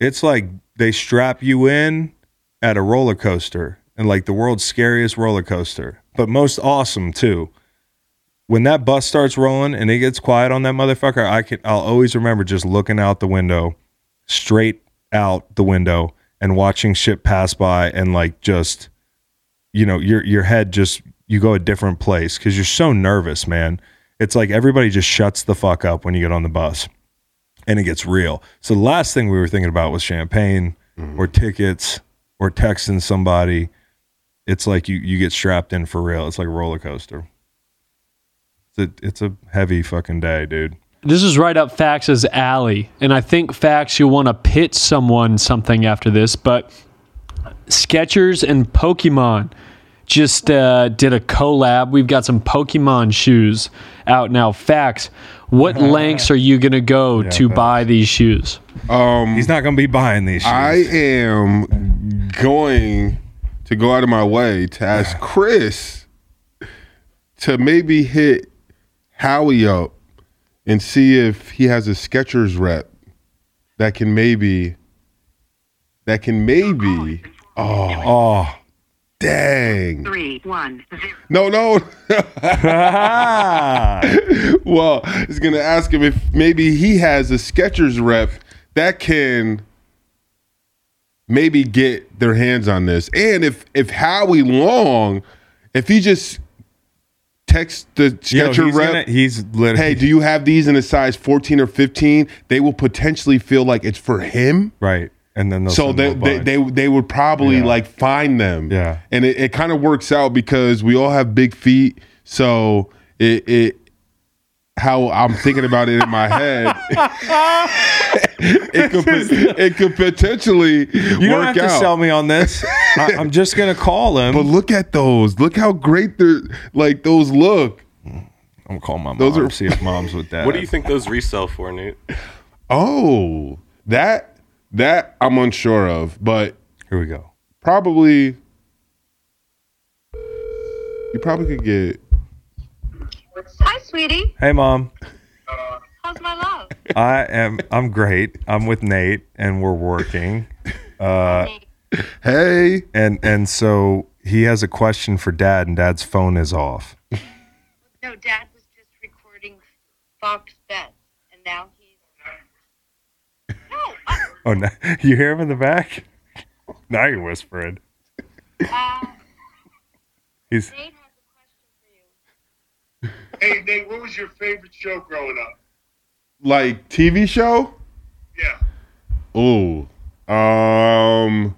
Speaker 1: it's like they strap you in at a roller coaster and like the world's scariest roller coaster, but most awesome too. When that bus starts rolling and it gets quiet on that motherfucker, I can I'll always remember just looking out the window straight out the window and watching shit pass by and like just you know your your head just you go a different place cuz you're so nervous man it's like everybody just shuts the fuck up when you get on the bus and it gets real so the last thing we were thinking about was champagne
Speaker 6: Mm-hmm.
Speaker 1: or tickets or texting somebody it's like you you get strapped in for real it's like a roller coaster it's a, it's a heavy fucking day dude
Speaker 7: This is right up Fax's alley, and I think Fax, you'll want to pitch someone something after this. But Skechers and Pokemon just uh, did a collab. We've got some Pokemon shoes out now. Fax, what lengths are you gonna go to buy these shoes?
Speaker 6: Um,
Speaker 1: he's not going to be buying these shoes.
Speaker 6: I am going to go out of my way to ask Chris to maybe hit Howie up and see if he has a Skechers rep that can maybe that can maybe
Speaker 1: oh
Speaker 6: dang
Speaker 8: Three, one,
Speaker 6: no
Speaker 8: zero.
Speaker 6: no
Speaker 1: Ah.
Speaker 6: well it's gonna ask him if maybe he has a Skechers rep that can maybe get their hands on this. And if if Howie Long, if he just texts the
Speaker 1: Yo,
Speaker 6: Sketcher
Speaker 1: he's
Speaker 6: rep,
Speaker 1: gonna- he's literally
Speaker 6: hey, do you have these in a size 14 or 15? They will potentially feel like it's for him.
Speaker 1: right, and then they'll
Speaker 6: So
Speaker 1: send
Speaker 6: they,
Speaker 1: them a
Speaker 6: they
Speaker 1: bunch.
Speaker 6: they they would probably
Speaker 1: Yeah.
Speaker 6: like find them.
Speaker 1: Yeah.
Speaker 6: And it, it kind of works out because we all have big feet. So it it how I'm thinking about it in my head. it could pot- it could potentially
Speaker 1: you don't
Speaker 6: work
Speaker 1: have to
Speaker 6: out.
Speaker 1: sell me on this. I, I'm just gonna call him.
Speaker 6: but look at those. Look how great they're like those look.
Speaker 1: I'm gonna call my mom.
Speaker 6: Those
Speaker 1: Those
Speaker 6: are-
Speaker 1: are see if mom's with that.
Speaker 3: What do you think those resell for, Nate?
Speaker 6: Oh, that that I'm unsure of, but
Speaker 1: Here we go.
Speaker 6: probably you probably could get
Speaker 8: Hi, sweetie.
Speaker 1: Hey, mom.
Speaker 8: How's my love?
Speaker 1: I am. I'm great. I'm with Nate, and we're working.
Speaker 6: hey
Speaker 1: And and so he has a question for Dad, and Dad's phone is off.
Speaker 8: no, Dad was just recording Fox Bet, and now he's. No, uh,
Speaker 1: Oh, no, you hear him in the back? Now you're whispering.
Speaker 8: uh,
Speaker 1: He's
Speaker 8: Nate has a question for you.
Speaker 9: Hey, Nate, what was your favorite show growing up?
Speaker 6: like TV show.
Speaker 9: Yeah.
Speaker 6: Ooh, um,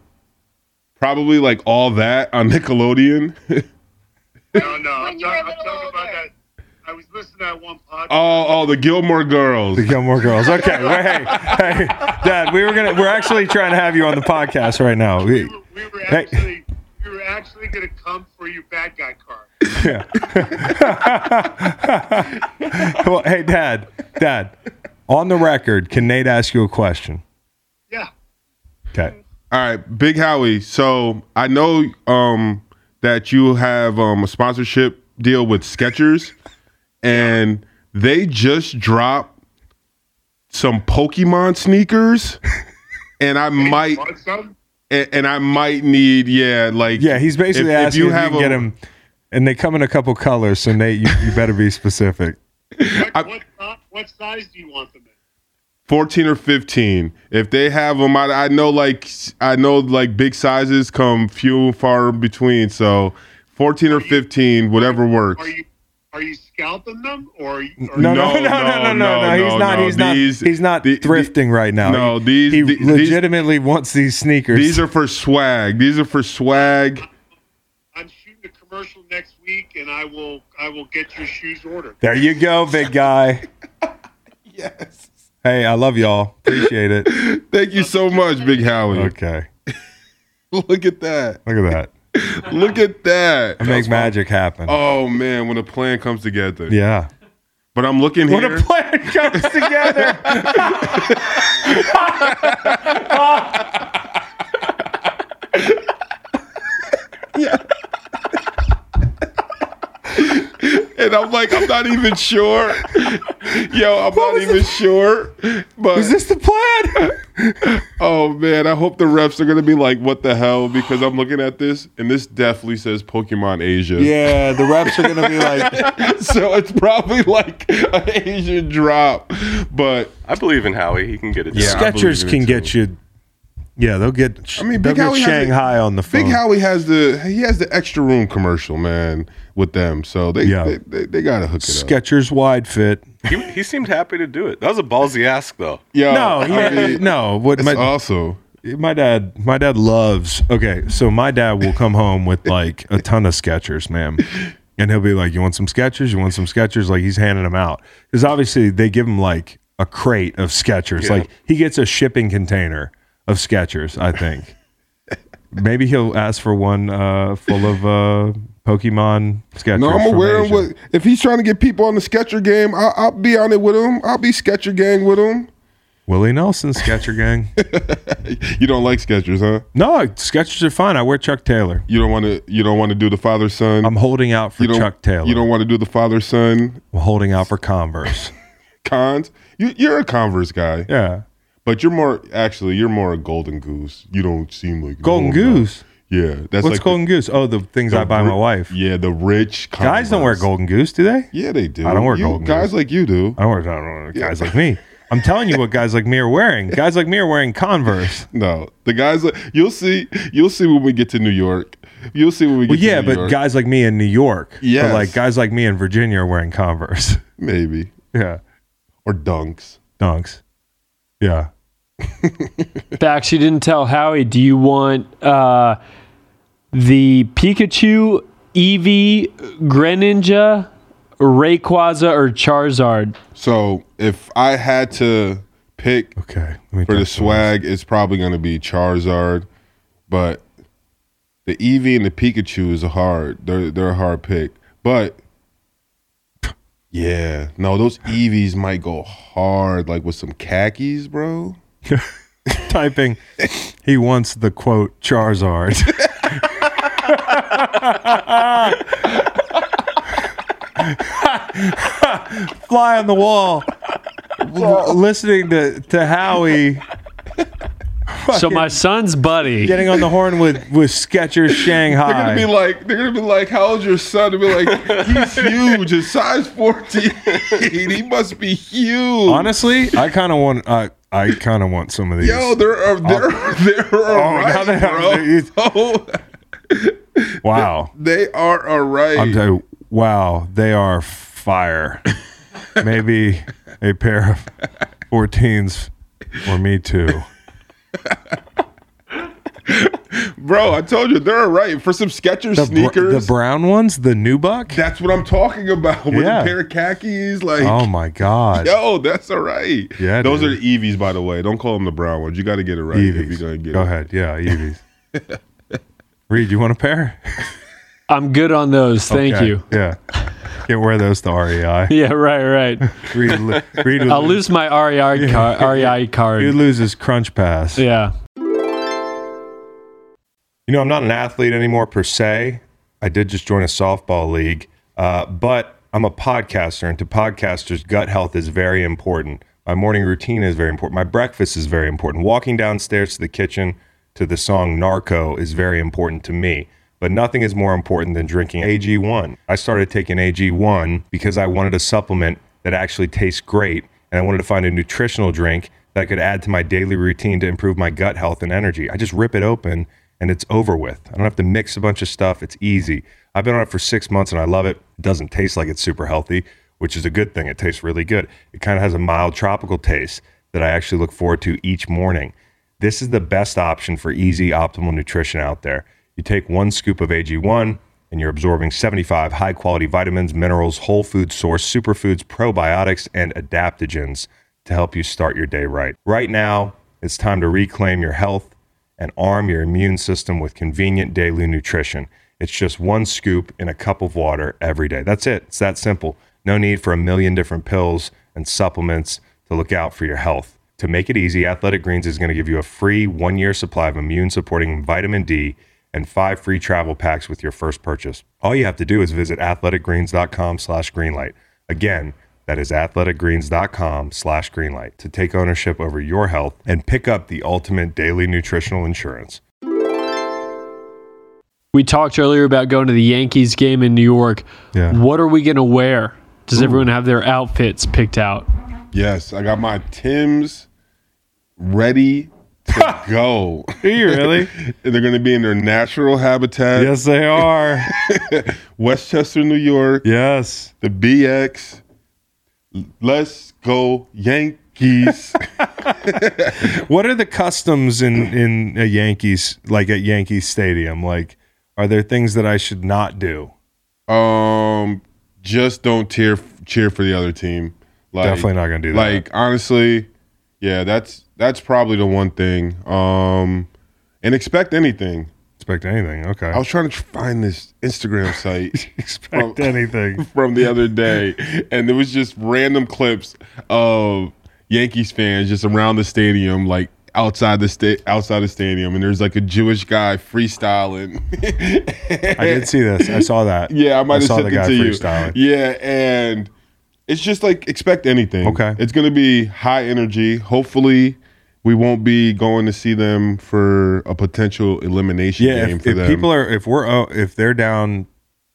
Speaker 6: probably like all that on Nickelodeon.
Speaker 9: No, no. I'm,
Speaker 8: When you were
Speaker 9: talk-
Speaker 8: a
Speaker 9: I'm
Speaker 8: little
Speaker 9: talking about
Speaker 8: older.
Speaker 9: that. I was listening to that one podcast.
Speaker 6: oh, oh, the Gilmore Girls.
Speaker 1: the Gilmore Girls. Okay, well, hey, hey, Dad, we were gonna. We're actually trying to have you on the podcast right now. We-
Speaker 9: we, were, we were
Speaker 1: Hey.
Speaker 9: actually we were actually gonna come for your bad guy card.
Speaker 1: well, hey, Dad, Dad, on the record, can Nate ask you a question?
Speaker 9: Yeah.
Speaker 1: Okay.
Speaker 6: All right, Big Howie. So I know um, that you have um, a sponsorship deal with Skechers, and they just dropped some Pokemon sneakers, and I might
Speaker 9: Want some?
Speaker 6: and, and I might need yeah like
Speaker 1: Yeah, he's basically
Speaker 6: If- if
Speaker 1: asking
Speaker 6: you
Speaker 1: if you,
Speaker 6: have
Speaker 1: can get
Speaker 6: a-
Speaker 1: him, and they come in a couple colors. So Nate, you, you better be specific.
Speaker 9: What,
Speaker 6: I-
Speaker 9: what, si- what size do you want them in?
Speaker 6: 14 or 15 if they have them I, I know like i know like big sizes come few and far between so 14 or 15 whatever works
Speaker 9: Are you are you scalping them or are you, are
Speaker 1: No,
Speaker 9: you
Speaker 1: no, no, no, no, no, no. he's
Speaker 6: no,
Speaker 1: not.
Speaker 6: no.
Speaker 1: He's not.
Speaker 6: These-
Speaker 1: he's not
Speaker 6: the- the-
Speaker 1: thrifting right now.
Speaker 6: no,
Speaker 1: He-
Speaker 6: these-
Speaker 1: He
Speaker 6: the- these-
Speaker 1: legitimately wants these sneakers.
Speaker 6: these are for swag these are for swag
Speaker 9: I'm shooting a commercial next week and I will I will get your shoes ordered.
Speaker 1: there you go, big guy. yes. Hey, I love y'all. Appreciate it.
Speaker 6: thank you so much big howie
Speaker 1: Okay.
Speaker 6: look at that
Speaker 1: Look at that.
Speaker 6: look at that
Speaker 1: Make magic happen.
Speaker 6: oh man when a plan comes together
Speaker 1: Yeah.
Speaker 6: but i'm looking
Speaker 1: When
Speaker 6: here
Speaker 1: a plan comes together.
Speaker 6: and i'm like i'm not even sure yo i'm not even sure but
Speaker 1: Is this the plan?
Speaker 6: Oh man, I hope the refs are gonna be like, "What the hell?" Because I'm looking at this, and this definitely says Pokemon Asia.
Speaker 1: Yeah, the reps are gonna be like,
Speaker 6: so it's probably like an Asian drop. But
Speaker 3: I believe in Howie. He can get it.
Speaker 6: Yeah.
Speaker 3: done.
Speaker 6: I believe in
Speaker 1: Skechers
Speaker 6: it
Speaker 1: can
Speaker 6: too.
Speaker 1: get you. Yeah, they'll get. I
Speaker 6: I
Speaker 1: mean,
Speaker 6: mean,
Speaker 1: they'll
Speaker 6: Big
Speaker 1: get
Speaker 6: Howie has a-
Speaker 1: Shanghai on the phone.
Speaker 6: Big Howie has the he has the extra room commercial man with them, so they
Speaker 1: Yeah.
Speaker 6: they, they, they gotta hook it up.
Speaker 1: Skechers wide fit.
Speaker 3: He, he seemed happy to do it. That was a ballsy ask, though.
Speaker 6: Yo,
Speaker 1: No, he,
Speaker 6: Oh, I mean,
Speaker 1: no. What
Speaker 6: It's
Speaker 1: my,
Speaker 6: also
Speaker 1: my dad my dad loves okay so my dad will come home with like a ton of sketchers ma'am and he'll be like you want some sketchers you want some sketchers like he's handing them out because obviously they give him like a crate of sketchers like he gets a shipping container of sketchers i think maybe he'll ask for one uh, full of uh, pokemon sketchers
Speaker 6: no. I'm
Speaker 1: from
Speaker 6: aware of
Speaker 1: Asia.
Speaker 6: what if he's trying to get people on the Sketcher game. I'll, I'll be on it with him. I'll be Sketcher gang with him.
Speaker 1: willie nelson sketcher gang
Speaker 6: You don't like Sketchers, huh?
Speaker 1: no sketchers are fine i wear chuck taylor
Speaker 6: You don't want to. You don't want to do the father son.
Speaker 1: i'm holding out for
Speaker 6: you don't,
Speaker 1: chuck taylor
Speaker 6: You don't want to do the father son
Speaker 1: i'm holding out for converse
Speaker 6: cons. You, you're a Converse guy,
Speaker 1: yeah
Speaker 6: but you're more actually you're more a Golden Goose. You don't seem like a
Speaker 1: Golden Goose.
Speaker 6: Goose. Yeah, that's
Speaker 1: What's
Speaker 6: like
Speaker 1: Golden Goose? Oh, the things
Speaker 6: the
Speaker 1: I buy my
Speaker 6: ri-
Speaker 1: wife.
Speaker 6: Yeah, the rich Converse.
Speaker 1: Guys don't wear Golden Goose, do they?
Speaker 6: Yeah, they do.
Speaker 1: I don't wear
Speaker 6: You-
Speaker 1: Golden
Speaker 6: Guys
Speaker 1: Goose.
Speaker 6: like you do.
Speaker 1: I don't wear, I don't wear guys like me. I'm telling you what guys like me are wearing. Guys like me are wearing Converse.
Speaker 6: No, the guys like you'll see. You'll see when we get to New York. You'll see when we get.
Speaker 1: Well,
Speaker 6: to
Speaker 1: yeah,
Speaker 6: New
Speaker 1: but
Speaker 6: York.
Speaker 1: guys like me in New York. But
Speaker 6: Yes.
Speaker 1: like guys like me in Virginia are wearing Converse.
Speaker 6: maybe
Speaker 1: Yeah.
Speaker 6: or Dunks.
Speaker 1: Dunks. Yeah.
Speaker 2: Bax, you didn't tell Howie. Do you want uh, the Pikachu, Eevee, Greninja, Rayquaza, or Charizard?
Speaker 6: So if I had to pick
Speaker 1: Okay. Let me
Speaker 6: for
Speaker 1: touch
Speaker 6: the
Speaker 1: on
Speaker 6: swag, it's probably going to be Charizard, but the Eevee and the Pikachu is a hard. They're they're a hard pick, but Yeah. No, those Eevees might go hard, like with some khakis, bro.
Speaker 1: typing he wants the quote Charizard. Fly on the wall. L- listening to, to Howie
Speaker 2: So my son's buddy.
Speaker 1: getting on the horn with, with Skechers
Speaker 6: They're gonna be
Speaker 1: Shanghai.
Speaker 6: like, they're gonna be like, how old's your son? And be like, he's huge. His size 14. he must be huge.
Speaker 1: Honestly, I kind of want I I kind of want some of these.
Speaker 6: Yo, there are there are, there are
Speaker 1: uh, Oh, now that I'm-
Speaker 6: bro.
Speaker 1: wow.
Speaker 6: they are all right.
Speaker 1: I'm telling you, wow, they are fire. Maybe a pair of 14s for me too.
Speaker 6: bro, I told you they're all right for some Skechers
Speaker 1: The, br-
Speaker 6: sneakers.
Speaker 1: the brown ones, the new buck.
Speaker 6: that's what I'm talking about. With
Speaker 1: Yeah.
Speaker 6: a pair of khakis, like
Speaker 1: Oh my god.
Speaker 6: yo, that's all right.
Speaker 1: Yeah,
Speaker 6: those
Speaker 1: dude.
Speaker 6: are the Eevees, by the way. Don't call them the brown ones. You got to get it right if you're
Speaker 1: Eevees.
Speaker 6: gonna get
Speaker 1: Go
Speaker 6: it.
Speaker 1: ahead. Yeah, Eevees. Reed, you want a pair?
Speaker 2: I'm good on those. Thank
Speaker 1: Okay.
Speaker 2: you.
Speaker 1: Yeah. Can't wear those to REI.
Speaker 2: Yeah, right, right.
Speaker 1: Reed, lo- Reed would
Speaker 2: I'll
Speaker 1: lose,
Speaker 2: lose my E REI card. REI
Speaker 1: he'd
Speaker 2: card.
Speaker 1: lose his crunch pass.
Speaker 2: Yeah.
Speaker 1: You know, I'm not an athlete anymore per se. I did just join a softball league, uh, but I'm a podcaster, and to podcasters, gut health is very important. My morning routine is very important. My breakfast is very important. Walking downstairs to the kitchen to the song Narco is very important to me. But nothing is more important than drinking AG1. I started taking AG1 because I wanted a supplement that actually tastes great, and I wanted to find a nutritional drink that I could add to my daily routine to improve my gut health and energy. I just rip it open and it's over with. I don't have to mix a bunch of stuff. It's easy. I've been on it for six months and I love it. It doesn't taste like it's super healthy, which is a good thing. It tastes really good. It kind of has a mild tropical taste that I actually look forward to each morning. This is the best option for easy, optimal nutrition out there. You take one scoop of AG1 and you're absorbing 75 high quality vitamins, minerals, whole food source, superfoods, probiotics, and adaptogens to help you start your day right. Right now, it's time to reclaim your health and arm your immune system with convenient daily nutrition. It's just one scoop in a cup of water every day. That's it. It's that simple. No need for a million different pills and supplements to look out for your health. To make it easy, Athletic Greens is going to give you a free one year supply of immune supporting vitamin D and five free travel packs with your first purchase. All you have to do is visit athleticgreens.com slash greenlight. Again, that is athleticgreens.com slash greenlight to take ownership over your health and pick up the ultimate daily nutritional insurance.
Speaker 2: We talked earlier about going to the Yankees game in New York.
Speaker 1: Yeah.
Speaker 2: What are we going to wear? Does everyone have their outfits picked out?
Speaker 6: Yes, I got my Tim's ready to go.
Speaker 1: Do you really?
Speaker 6: They're going to be in their natural habitat,
Speaker 1: yes, they are.
Speaker 6: Westchester, New York,
Speaker 1: Yes.
Speaker 6: the BX. Let's go Yankees.
Speaker 1: What are the customs in in a Yankees like at Yankee Stadium? Like, are there things that I should not do?
Speaker 6: um, just don't tear, cheer for the other team. Like,
Speaker 1: Definitely not going to do that.
Speaker 6: Like honestly, yeah, that's that's probably the one thing. Um, and expect anything.
Speaker 1: expect anything. Okay.
Speaker 6: I was trying to find this Instagram site.
Speaker 1: expect anything.
Speaker 6: from the other day, and it was just random clips of Yankees fans just around the stadium, like outside the sta- outside the stadium, and there's like a Jewish guy freestyling.
Speaker 1: I did see this. I saw that.
Speaker 6: yeah, I might have
Speaker 1: saw
Speaker 6: sent
Speaker 1: the
Speaker 6: it
Speaker 1: guy
Speaker 6: to you.
Speaker 1: freestyling.
Speaker 6: Yeah, and it's just like expect anything.
Speaker 1: Okay.
Speaker 6: it's gonna be high energy. Hopefully. We won't be going to see them for a potential elimination
Speaker 1: Yeah.
Speaker 6: game
Speaker 1: If,
Speaker 6: for
Speaker 1: if
Speaker 6: them.
Speaker 1: people are if we're oh, if they're down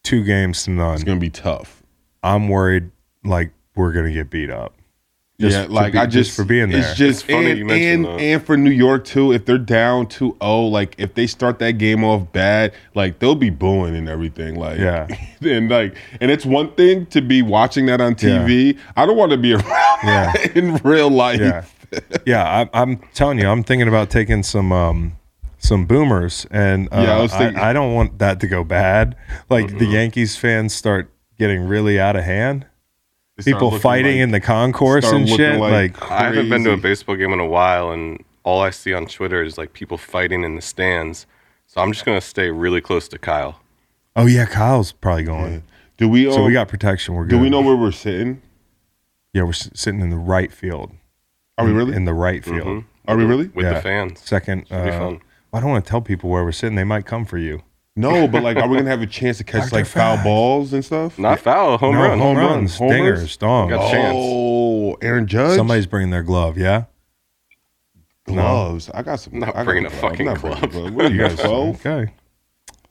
Speaker 1: two games to none,
Speaker 6: it's gonna be tough.
Speaker 1: I'm worried like we're gonna get beat up. Just
Speaker 6: yeah,
Speaker 1: for
Speaker 6: like
Speaker 1: be-
Speaker 6: I
Speaker 1: just
Speaker 6: just,
Speaker 1: for being there.
Speaker 6: It's just
Speaker 3: It's funny
Speaker 6: and,
Speaker 3: you mentioned
Speaker 6: and,
Speaker 3: that.
Speaker 6: and for New York too. If they're down 2-0, like if they start that game off bad, like they'll be booing and everything. Like
Speaker 1: Yeah.
Speaker 6: and like and it's one thing to be watching that on TV. I don't want to be around
Speaker 1: Yeah.
Speaker 6: that in real life.
Speaker 1: Yeah, yeah. I, I'm telling you, I'm thinking about taking some um, some boomers, and uh,
Speaker 6: Yeah, I
Speaker 1: I,
Speaker 6: was thinking-
Speaker 1: I, don't want that to go bad. Like the Yankees fans start getting really out of hand,
Speaker 6: They start
Speaker 1: people
Speaker 6: looking
Speaker 1: fighting
Speaker 6: like-
Speaker 1: in the concourse
Speaker 6: start
Speaker 1: and
Speaker 6: looking
Speaker 1: shit. Like,
Speaker 3: I haven't been to a
Speaker 6: crazy.
Speaker 3: baseball game in a while, and all I see on Twitter is like people fighting in the stands. So I'm just gonna stay really close to Kyle.
Speaker 1: oh yeah, Kyle's probably going.
Speaker 6: Do we?
Speaker 1: So
Speaker 6: um,
Speaker 1: we got protection. We're good.
Speaker 6: Do we know where we're sitting?
Speaker 1: Yeah, we're s- sitting in the right field.
Speaker 6: Are we really? Mm-hmm.
Speaker 1: In the right field.
Speaker 3: Mhm.
Speaker 6: Are we really?
Speaker 3: With
Speaker 1: Mm-hmm. Yeah.
Speaker 3: the fans.
Speaker 1: Second.
Speaker 3: be
Speaker 1: uh,
Speaker 3: fun.
Speaker 1: I don't want to tell people where we're sitting. They might come for you.
Speaker 6: No, but like, are we gonna have a chance to catch
Speaker 1: Aren't
Speaker 6: like
Speaker 1: they
Speaker 6: foul
Speaker 1: fast?
Speaker 6: balls and stuff?
Speaker 3: Not foul, home
Speaker 1: No,
Speaker 3: run.
Speaker 1: home,
Speaker 6: run,
Speaker 1: runs,
Speaker 6: homers?
Speaker 1: dingers, dong.
Speaker 3: Got chance.
Speaker 6: Oh, Aaron Judge.
Speaker 1: Somebody's bringing their glove. Yeah.
Speaker 6: gloves. I got some.
Speaker 3: I'm not
Speaker 6: I got
Speaker 3: bringing
Speaker 6: a
Speaker 3: a
Speaker 6: glove. I'm
Speaker 3: fucking
Speaker 6: not bringing a
Speaker 3: glove.
Speaker 6: glove. What are you guys? twelve?
Speaker 1: Okay.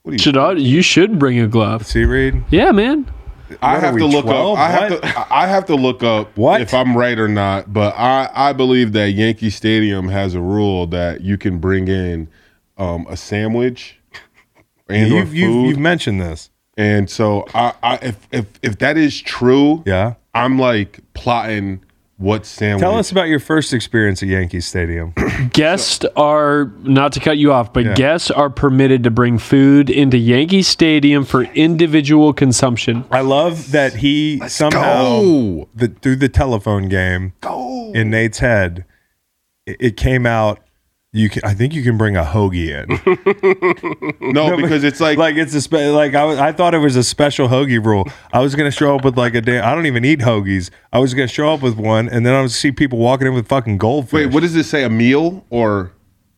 Speaker 6: What are you?
Speaker 7: Should I, you should bring a glove.
Speaker 1: See, Reed.
Speaker 7: Yeah, man.
Speaker 6: I
Speaker 1: What are
Speaker 6: have
Speaker 1: we,
Speaker 6: to look
Speaker 1: 12?
Speaker 6: up. I have
Speaker 1: What?
Speaker 6: to. I have to look up
Speaker 1: What?
Speaker 6: if I'm right or not. But I, I believe that Yankee Stadium has a rule that you can bring in um, a sandwich and or
Speaker 1: You've,
Speaker 6: food.
Speaker 1: you've, you've mentioned this.
Speaker 6: and so I, I if, if if that is true,
Speaker 1: Yeah.
Speaker 6: I'm like plotting what sandwich.
Speaker 1: Tell us about your first experience at Yankee Stadium.
Speaker 2: Guests are not to cut you off, but
Speaker 1: Yeah.
Speaker 2: guests are permitted to bring food into Yankee Stadium for individual consumption.
Speaker 1: I love that he somehow
Speaker 6: Go.
Speaker 1: the, through the telephone game
Speaker 6: Go.
Speaker 1: in Nate's head, it, it came out. You can, I think you can bring a hoagie in.
Speaker 6: No, because it's like,
Speaker 1: like it's a spe- like I, was, I thought it was a special hoagie rule. I was gonna show up with like a damn. I don't even eat hoagies. I was gonna show up with one, and then I would see people walking in with fucking goldfish.
Speaker 6: wait, what does it say? A meal or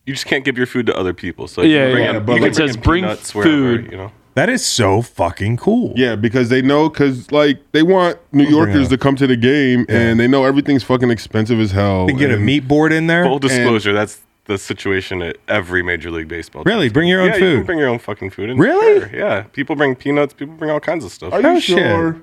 Speaker 3: You just can't give your food to other people. So you
Speaker 2: Yeah,
Speaker 3: can bring
Speaker 2: yeah,
Speaker 3: in-
Speaker 6: but
Speaker 3: you
Speaker 6: like-
Speaker 3: can
Speaker 6: It
Speaker 3: bring
Speaker 2: says
Speaker 3: in
Speaker 2: bring
Speaker 3: peanuts
Speaker 2: food.
Speaker 3: Wherever, you know,
Speaker 1: that is so fucking cool.
Speaker 6: Yeah, because they know, because like they want New Yorkers to come to the game, and they know everything's fucking expensive as hell.
Speaker 1: They get a
Speaker 6: and-
Speaker 1: meat board in there.
Speaker 3: full disclosure, that's the situation at every major league baseball. team.
Speaker 1: Really? Bring your own
Speaker 3: yeah, you
Speaker 1: food.
Speaker 3: can bring your own fucking food. In.
Speaker 1: Really?
Speaker 3: Sure, Yeah, people bring peanuts. People bring all kinds of stuff.
Speaker 6: Are
Speaker 1: No
Speaker 6: you
Speaker 1: Oh, shit.
Speaker 6: sure?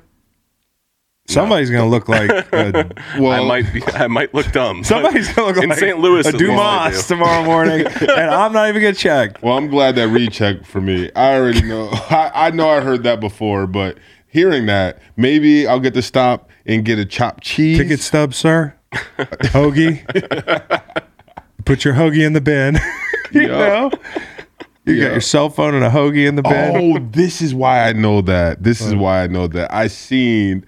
Speaker 1: Somebody's gonna look like a,
Speaker 6: Well,
Speaker 3: I might be. I might look dumb.
Speaker 1: somebody's gonna look
Speaker 3: in
Speaker 1: like
Speaker 3: St. Louis.
Speaker 1: a
Speaker 3: at least I do.
Speaker 1: Dumas tomorrow morning, and I'm not even gonna check.
Speaker 6: well, I'm glad that rechecked for me. I already know. I, I know I heard that before, but hearing that, maybe I'll get to stop and get a chopped cheese.
Speaker 1: Ticket stub, sir. Hoagie. Put your hoagie in the bin. you know, you got your cell phone and a hoagie in the bin.
Speaker 6: Oh, this is why I know that. This is why I know that. I seen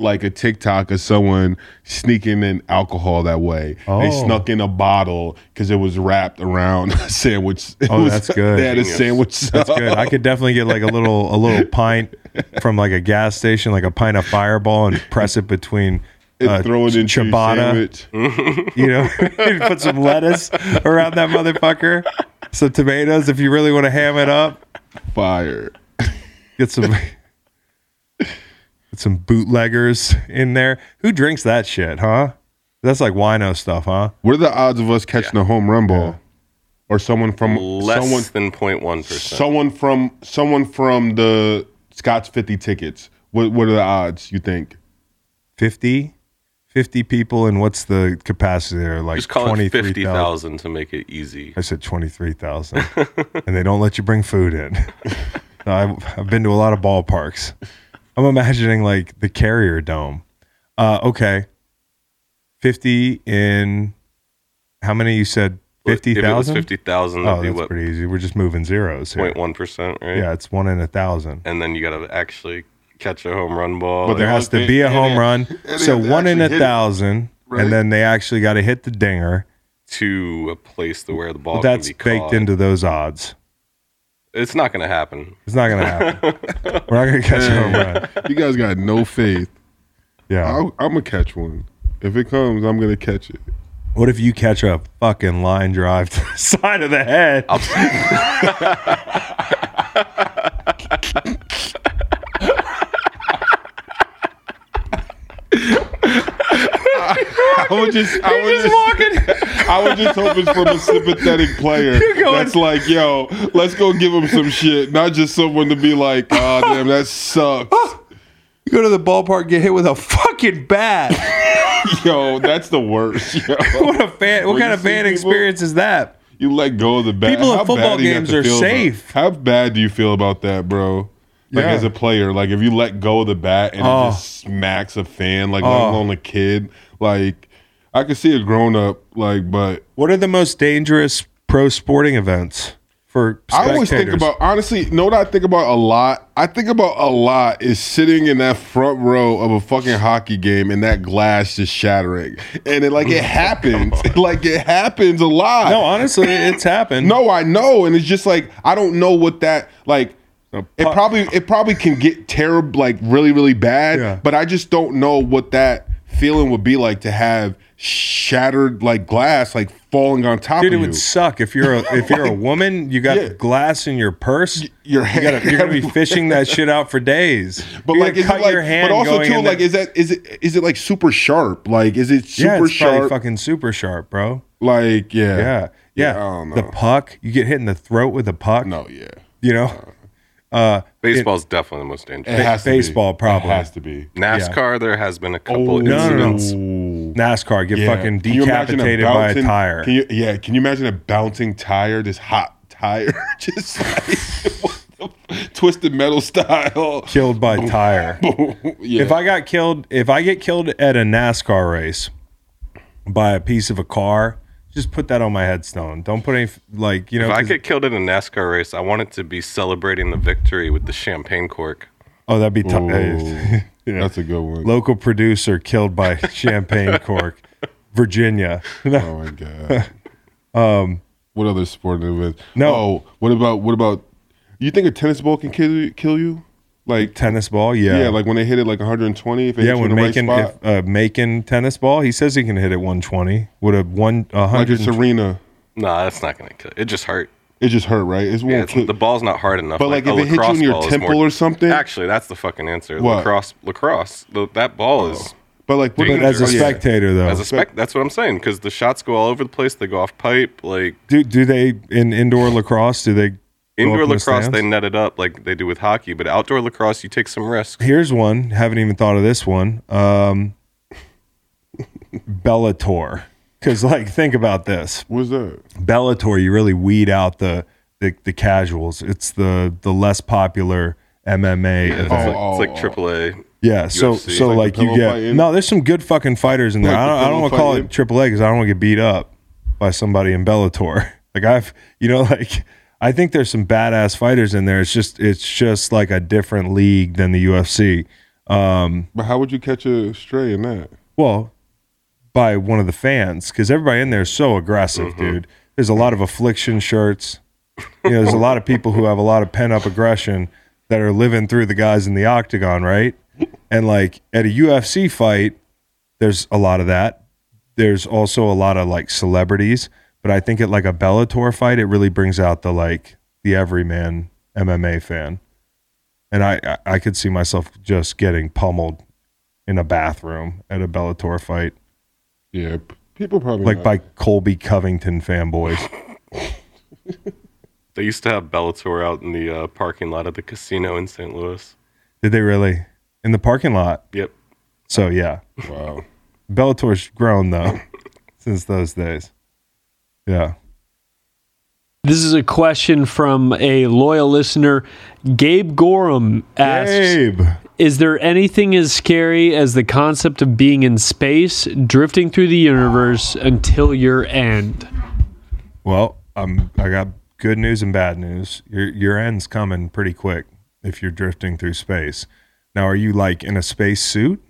Speaker 6: like a TikTok of someone sneaking in alcohol that way. They
Speaker 1: Oh.
Speaker 6: snuck in a bottle because it was wrapped around a sandwich. It
Speaker 1: Oh,
Speaker 6: was-
Speaker 1: that's good.
Speaker 6: They had a
Speaker 3: Genius.
Speaker 6: sandwich.
Speaker 1: That's good. I could definitely get like a little a little pint from like a gas station, like a pint of Fireball, and press it between
Speaker 6: and
Speaker 1: uh,
Speaker 6: throw it into your
Speaker 1: ciabatta.
Speaker 6: sandwich.
Speaker 1: You know, and put some lettuce around that motherfucker. Some tomatoes if you really want to ham it up.
Speaker 6: Fire.
Speaker 1: Get some get some bootleggers in there. Who drinks that shit, huh? That's like wino stuff, huh?
Speaker 6: What are the odds of us catching a home run ball, or someone from
Speaker 3: Less
Speaker 6: someone
Speaker 3: than 0.1 percent.
Speaker 6: someone from someone from the Scott's fifty tickets? What what are the odds? You think?
Speaker 1: 50 50 people and what's the capacity there like
Speaker 3: Just call it
Speaker 1: 23,000
Speaker 3: 50,000 to make it easy.
Speaker 1: I said 23,000 and they don't let you bring food in No, I, I've been to a lot of ballparks I'm imagining like the carrier dome uh okay 50 in how many you said
Speaker 3: If it was
Speaker 1: 50,000
Speaker 3: 50,000, that'd
Speaker 1: oh
Speaker 3: be
Speaker 1: that's
Speaker 3: what,
Speaker 1: pretty easy we're just moving zeros here
Speaker 3: 0.1%, right?
Speaker 1: yeah it's one in a thousand
Speaker 3: And then you got to actually catch a home run ball.
Speaker 6: But
Speaker 1: There has to be a home run. So
Speaker 6: have to
Speaker 1: one in
Speaker 6: actually
Speaker 1: a
Speaker 6: hit it,
Speaker 1: thousand,
Speaker 6: right?
Speaker 1: and then they actually got to hit the dinger.
Speaker 3: to a place to where the ball
Speaker 1: But that's
Speaker 3: can be
Speaker 1: baked
Speaker 3: caught.
Speaker 1: into those odds.
Speaker 3: It's not going to happen.
Speaker 1: It's not gonna happen. We're not gonna catch a home run.
Speaker 6: You guys got no faith.
Speaker 1: Yeah.
Speaker 6: I'll, I'm gonna catch one. If it comes, I'm gonna catch it.
Speaker 1: What if you catch a fucking line drive to the side of the head?
Speaker 6: I would just, I would just, I was just hoping from a sympathetic player that's like, yo, let's go give him some shit, not just someone to be like, oh damn, that sucks.
Speaker 1: You go to the ballpark, get hit with a fucking bat.
Speaker 6: Yo, that's the worst. Yo.
Speaker 1: what a fan! What
Speaker 6: When
Speaker 1: kind
Speaker 6: you
Speaker 1: of
Speaker 6: see
Speaker 1: fan
Speaker 6: people-
Speaker 1: experience is that?
Speaker 6: You let go of the bat.
Speaker 1: People at
Speaker 6: How
Speaker 1: football
Speaker 6: bad do you have
Speaker 1: games
Speaker 6: to
Speaker 1: are
Speaker 6: feel about-
Speaker 1: safe.
Speaker 6: how bad do you feel about that, bro? Like
Speaker 1: Yeah.
Speaker 6: as a player, like if you let go of the bat and
Speaker 1: Oh.
Speaker 6: it just smacks a fan, like
Speaker 1: Oh.
Speaker 6: let alone a kid, like I could see a grown up, like, but
Speaker 1: What are the most dangerous pro sporting events for?
Speaker 6: I always think
Speaker 1: spectators?
Speaker 6: about honestly, know what I think about a lot? I think about a lot is sitting in that front row of a fucking hockey game and that glass just shattering. And it like it happens. like it happens a lot.
Speaker 1: No, honestly, it's happened.
Speaker 6: No, I know. And it's just like I don't know what that like It probably it probably can get terrible, like really really bad.
Speaker 1: Yeah.
Speaker 6: But I just don't know what that feeling would be like to have shattered like glass like falling on top
Speaker 1: Dude, it
Speaker 6: of you.
Speaker 1: would suck if you're a, if you're a woman. You got
Speaker 6: Yeah.
Speaker 1: glass in your purse.
Speaker 6: your
Speaker 1: you gotta, you're gonna be fishing that shit out for days.
Speaker 6: But
Speaker 1: You're
Speaker 6: like,
Speaker 1: gonna
Speaker 6: is it like? but also
Speaker 1: going
Speaker 6: too,
Speaker 1: in
Speaker 6: like,
Speaker 1: there-
Speaker 6: is that is it is it like super sharp? Like, is it super
Speaker 1: yeah, it's probably
Speaker 6: sharp?
Speaker 1: fucking super sharp, bro.
Speaker 6: like, yeah,
Speaker 1: Yeah, yeah.
Speaker 6: Yeah, I don't
Speaker 1: The
Speaker 6: know.
Speaker 1: puck, you get hit in the throat with a puck.
Speaker 6: no, yeah,
Speaker 1: you know, uh,
Speaker 3: Baseball's definitely the most
Speaker 6: it Eh,
Speaker 3: dangerous.
Speaker 6: has to
Speaker 1: baseball
Speaker 6: be.
Speaker 1: probably.
Speaker 6: It has to be.
Speaker 3: NASCAR, there has
Speaker 6: Oh,
Speaker 3: been a
Speaker 1: no,
Speaker 3: couple
Speaker 1: no, no.
Speaker 3: incidents.
Speaker 1: NASCAR get
Speaker 6: Yeah.
Speaker 1: fucking
Speaker 6: Can you imagine
Speaker 1: decapitated by a
Speaker 6: bouncing-
Speaker 1: tire.
Speaker 6: Can you, yeah, can you imagine a bouncing tire, this hot tire, just like, what the- twisted metal style?
Speaker 1: Killed by a tire.
Speaker 6: yeah.
Speaker 1: If I got killed, if I get killed at a NASCAR race by a piece of a car, just put that on my headstone. Don't put any like you know.
Speaker 3: If I
Speaker 1: 'cause-
Speaker 3: get killed in a NASCAR race, I want it to be celebrating the victory with the champagne cork.
Speaker 1: oh, that'd be t-
Speaker 6: Ooh, that's a good one.
Speaker 1: local producer killed by champagne cork, Virginia. No,
Speaker 6: Oh my god. um, what other sporting events?
Speaker 1: Um, No.
Speaker 6: Oh, what about what about? You think a tennis ball can kill you? Kill you? Like
Speaker 1: tennis ball,
Speaker 6: yeah.
Speaker 1: yeah,
Speaker 6: like when they hit it like 120. If they
Speaker 1: yeah.
Speaker 6: hit you
Speaker 1: When
Speaker 6: in the
Speaker 1: making
Speaker 6: right spot,
Speaker 1: uh, making tennis ball, he says he can hit it 120. Would a one a
Speaker 6: like a
Speaker 1: hundred?
Speaker 6: Serena,
Speaker 3: No, that's not going to kill. It just hurt.
Speaker 6: it just hurt, right? It's
Speaker 3: Yeah,
Speaker 6: won't
Speaker 3: it's-
Speaker 6: kill.
Speaker 3: the ball's not hard enough.
Speaker 6: but like,
Speaker 3: a
Speaker 6: if it hits you
Speaker 3: lacrosse
Speaker 6: in your
Speaker 3: ball is
Speaker 6: temple
Speaker 3: more-
Speaker 6: or something,
Speaker 3: Actually, that's the fucking answer.
Speaker 6: What?
Speaker 3: Lacrosse, lacrosse. tho- that ball is
Speaker 6: but like what
Speaker 1: But as a
Speaker 6: oh, yeah.
Speaker 1: spectator, though,
Speaker 3: as a spec. That's what I'm saying because the shots go all over the place. They go off pipe. Like
Speaker 1: do do they in indoor lacrosse? Do they go up
Speaker 3: indoor
Speaker 1: in the
Speaker 3: lacrosse,
Speaker 1: stands?
Speaker 3: they net it up like they do with hockey. But outdoor lacrosse, you take some risk.
Speaker 1: Here's one. Haven't even thought of this one. Um, Bellator. Because, like, think about this.
Speaker 6: What's that?
Speaker 1: Bellator, you really weed out the the, the casuals. It's the the less popular MMA
Speaker 3: It's,
Speaker 1: event.
Speaker 3: like, it's like
Speaker 6: oh, oh.
Speaker 3: AAA.
Speaker 1: Yeah. So
Speaker 3: UFC.
Speaker 1: so
Speaker 6: Like
Speaker 1: like,
Speaker 6: the
Speaker 1: you
Speaker 6: pillow
Speaker 1: get
Speaker 6: fighting?
Speaker 1: no. There's some good fucking fighters in there.
Speaker 6: Like
Speaker 1: I
Speaker 6: the
Speaker 1: don't I don't
Speaker 6: pillow
Speaker 1: want to call
Speaker 6: fighting?
Speaker 1: it AAA because I don't want to get beat up by somebody in Bellator. Like I've you know like I think there's some badass fighters in there. It's just it's just like a different league than the UFC. Um,
Speaker 6: But how would you catch a stray in that?
Speaker 1: well, by one of the fans because everybody in there is so aggressive, dude. There's a lot of affliction shirts. You know, there's a lot of people who have a lot of pent up aggression that are living through the guys in the octagon, right? And like at a UFC fight, there's a lot of that. There's also a lot of like celebrities, but I think at like a Bellator fight, it really brings out the like the everyman MMA fan. And I I- I could see myself just getting pummeled in a bathroom at a Bellator fight
Speaker 6: Yeah, p- people probably
Speaker 1: like
Speaker 6: not.
Speaker 1: by Colby Covington fanboys.
Speaker 3: They used to have Bellator out in the uh, parking lot of the casino in St. Louis.
Speaker 1: Did they really in the parking lot?
Speaker 3: Yep.
Speaker 1: So yeah,
Speaker 6: wow.
Speaker 1: Bellator's grown though since those days. Yeah,
Speaker 7: This is a question from a loyal listener. Gabe Gorham asks
Speaker 1: Gabe.
Speaker 7: Is there anything as scary as the concept of being in space, drifting through the universe until your end?
Speaker 1: Well, um, I got good news and bad news. Your your end's coming pretty quick if you're drifting through space. Now, are you like in a space suit?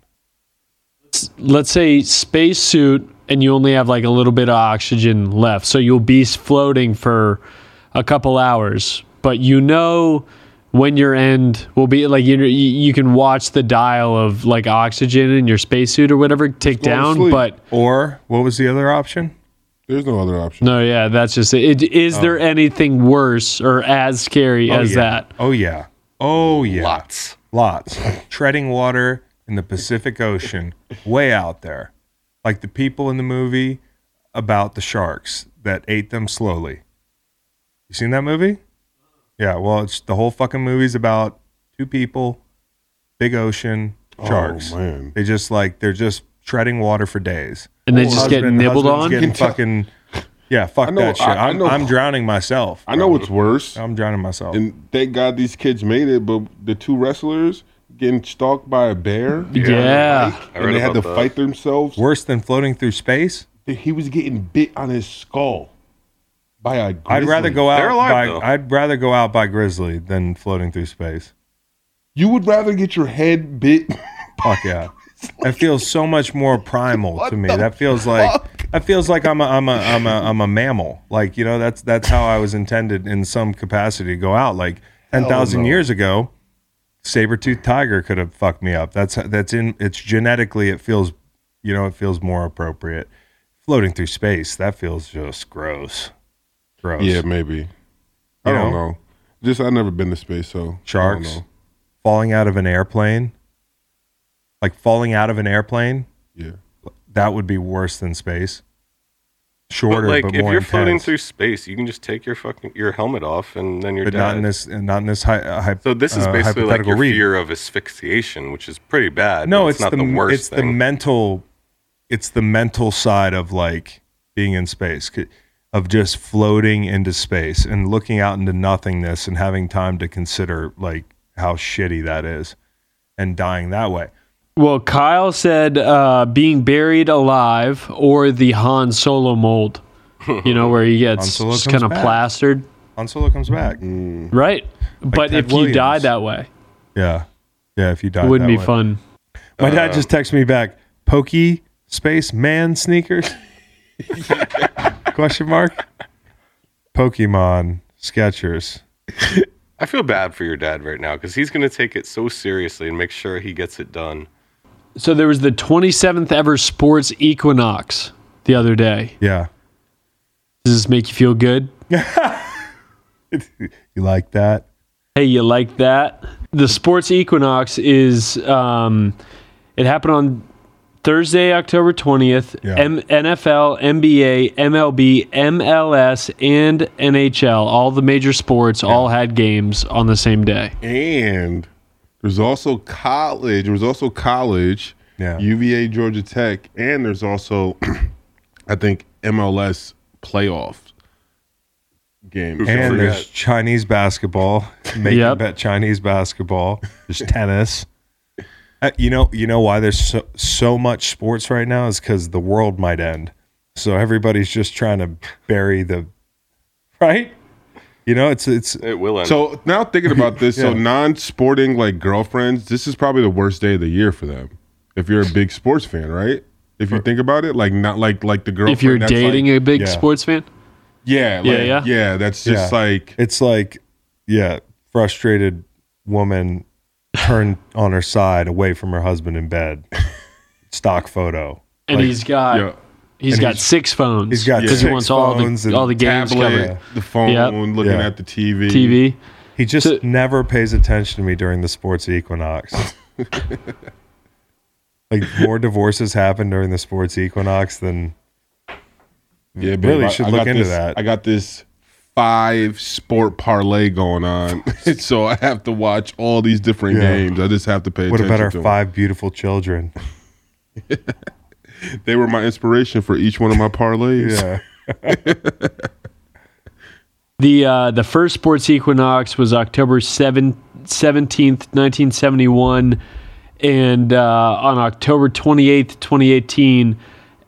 Speaker 7: Let's say space suit and you only have like a little bit of oxygen left. So you'll be floating for a couple hours, but you know when your end will be like you you can watch the dial of like oxygen in your spacesuit or whatever tick
Speaker 6: go to
Speaker 7: down,
Speaker 6: sleep.
Speaker 7: but
Speaker 1: Or what was the other option?
Speaker 6: There's no other option.
Speaker 7: No, yeah, that's just it. Is there anything worse or as scary as
Speaker 1: yeah.
Speaker 7: that?
Speaker 1: Oh. Oh yeah. Oh yeah.
Speaker 3: Lots.
Speaker 1: lots treading water in the pacific ocean way out there like the people in the movie about the sharks that ate them slowly you seen that movie yeah well it's the whole fucking movie's about two people big ocean sharks
Speaker 6: Oh man,
Speaker 1: they just like they're just treading water for days
Speaker 7: And they just get
Speaker 1: Oh, Husband-
Speaker 7: nibbled
Speaker 1: husband's
Speaker 7: on?
Speaker 1: getting
Speaker 6: Can tell-
Speaker 1: fucking yeah fuck
Speaker 6: I know-
Speaker 1: that shit
Speaker 6: I-
Speaker 1: I,
Speaker 6: I
Speaker 1: am
Speaker 6: know-
Speaker 1: I'm drowning myself
Speaker 6: I know
Speaker 1: bro.
Speaker 6: what's worse.
Speaker 1: i'm drowning myself
Speaker 6: and thank God these kids made it. But the two wrestlers getting stalked by a bear,
Speaker 7: yeah.
Speaker 3: I
Speaker 6: and
Speaker 3: read
Speaker 6: they had to
Speaker 3: about that.
Speaker 6: fight themselves.
Speaker 1: worse than floating through space
Speaker 6: He was getting bit on his skull by a. Grizzly.
Speaker 1: I'd rather go out
Speaker 3: They're alive,
Speaker 1: by
Speaker 3: though.
Speaker 1: I'd rather go out by grizzly than floating through space.
Speaker 6: You would rather get your head bit.
Speaker 1: Fuck yeah. That feels so much more primal to me.
Speaker 6: the
Speaker 1: That feels like
Speaker 6: fuck?
Speaker 1: that feels like I'm a I'm a I'm a I'm a mammal. Like, you know, that's that's how I was intended in some capacity to go out. Like ten thousand
Speaker 6: no.
Speaker 1: years ago, saber-toothed tiger could have fucked me up. That's that's in it's genetically it feels you know, it feels more appropriate. Floating through space, that feels just gross. Gross.
Speaker 6: Yeah, maybe. I
Speaker 1: You
Speaker 6: don't
Speaker 1: know?
Speaker 6: know. Just I've never been to space, so I don't
Speaker 1: Sharks.
Speaker 6: know.
Speaker 1: Falling out of an airplane. Like falling out of an airplane,
Speaker 6: Yeah.
Speaker 1: that would be worse than space. Shorter,
Speaker 3: but
Speaker 1: but,
Speaker 3: like, if
Speaker 1: more
Speaker 3: you're floating
Speaker 1: intense.
Speaker 3: through space, you can just take your fucking your helmet off, and then you're
Speaker 1: but
Speaker 3: dead.
Speaker 1: not in this, not in this high. Uh, hy-
Speaker 3: so this is
Speaker 1: uh,
Speaker 3: basically like
Speaker 1: hypothetical
Speaker 3: your
Speaker 1: read.
Speaker 3: fear of asphyxiation, which is pretty bad.
Speaker 1: no,
Speaker 3: but
Speaker 1: it's,
Speaker 3: not
Speaker 1: the,
Speaker 3: the, worst
Speaker 1: it's the
Speaker 3: thing.
Speaker 1: mental, it's the mental side of like being in space, c- of just floating into space and looking out into nothingness and having time to consider like how shitty that is, and dying that way.
Speaker 2: Well, Kyle said uh, being buried alive or the Han Solo mold. You know where he gets
Speaker 1: Solo
Speaker 2: just
Speaker 1: comes
Speaker 2: kind of
Speaker 1: back.
Speaker 2: plastered,
Speaker 1: Han Solo comes back.
Speaker 3: Mm.
Speaker 2: right? but
Speaker 1: Ted
Speaker 2: if you die
Speaker 1: Williams.
Speaker 2: that way,
Speaker 1: Yeah, yeah. If you die,
Speaker 2: it wouldn't
Speaker 1: that
Speaker 2: be
Speaker 1: way.
Speaker 2: fun.
Speaker 1: My dad just texted me back, "Pokey space man sneakers?" Question mark. Pokemon Skechers.
Speaker 3: I feel bad for your dad right now because he's going to take it so seriously and make sure he gets it done.
Speaker 2: So there was the 27th ever sports equinox the other day.
Speaker 1: Yeah,
Speaker 2: Does this make you feel good?
Speaker 1: you like that?
Speaker 2: Hey, you like that? The sports equinox is um, it happened on Thursday, October twentieth.
Speaker 1: Yeah.
Speaker 2: M- NFL, NBA, MLB, MLS, and NHL, all the major sports, all had games on the same day.
Speaker 6: And there's also college. There was also college.
Speaker 1: Yeah.
Speaker 6: UVA, Georgia Tech, and there's also, I think MLS playoff game.
Speaker 3: Don't
Speaker 1: And there's
Speaker 3: forget.
Speaker 1: Chinese basketball. Make
Speaker 2: Yep.
Speaker 1: you bet Chinese basketball. There's tennis. Uh, you know, you know why there's so, so much sports right now is because the world might end. So everybody's just trying to bury the right. You know, it's it's
Speaker 3: It will end.
Speaker 6: So now thinking about this, so
Speaker 1: Yeah.
Speaker 6: non-sporting like girlfriends, this is probably the worst day of the year for them. If you're a big sports fan, right? If you think about it, like not like like the girlfriend.
Speaker 2: If you're
Speaker 6: that's,
Speaker 2: dating
Speaker 6: like,
Speaker 2: a big
Speaker 1: yeah.
Speaker 2: sports fan,
Speaker 6: yeah, like,
Speaker 2: Yeah,
Speaker 6: yeah,
Speaker 2: yeah.
Speaker 6: yeah, That's just
Speaker 1: Yeah.
Speaker 6: like
Speaker 1: it's like yeah frustrated woman turned on her side away from her husband in bed stock photo
Speaker 2: and
Speaker 1: Like,
Speaker 2: he's got
Speaker 6: yeah,
Speaker 2: he's
Speaker 1: and
Speaker 2: got
Speaker 1: he's-
Speaker 2: six phones.
Speaker 1: he's got
Speaker 2: because he
Speaker 1: six
Speaker 2: wants all
Speaker 1: phones
Speaker 2: the
Speaker 1: and
Speaker 2: all the games
Speaker 6: tablet,
Speaker 2: covered.
Speaker 6: the phone,
Speaker 2: Yeah.
Speaker 6: looking
Speaker 1: Yeah.
Speaker 6: at the TV,
Speaker 2: TV.
Speaker 1: he just
Speaker 2: So-
Speaker 1: never pays attention to me during the sports equinox like more divorces happen during the sports equinox than
Speaker 6: Yeah, babe,
Speaker 1: Really should
Speaker 6: got
Speaker 1: look into
Speaker 6: this-
Speaker 1: that.
Speaker 6: I got this five sport parlay going on, so I have to watch all these different
Speaker 1: Yeah.
Speaker 6: games. I just have to pay
Speaker 1: what
Speaker 6: attention
Speaker 1: about our
Speaker 6: to 'em.
Speaker 1: five beautiful children
Speaker 6: They were my inspiration for each one of my parlays.
Speaker 1: yeah
Speaker 2: The uh, the first sports equinox was October 7, 17th, 1971. And uh, on October 28th, 2018,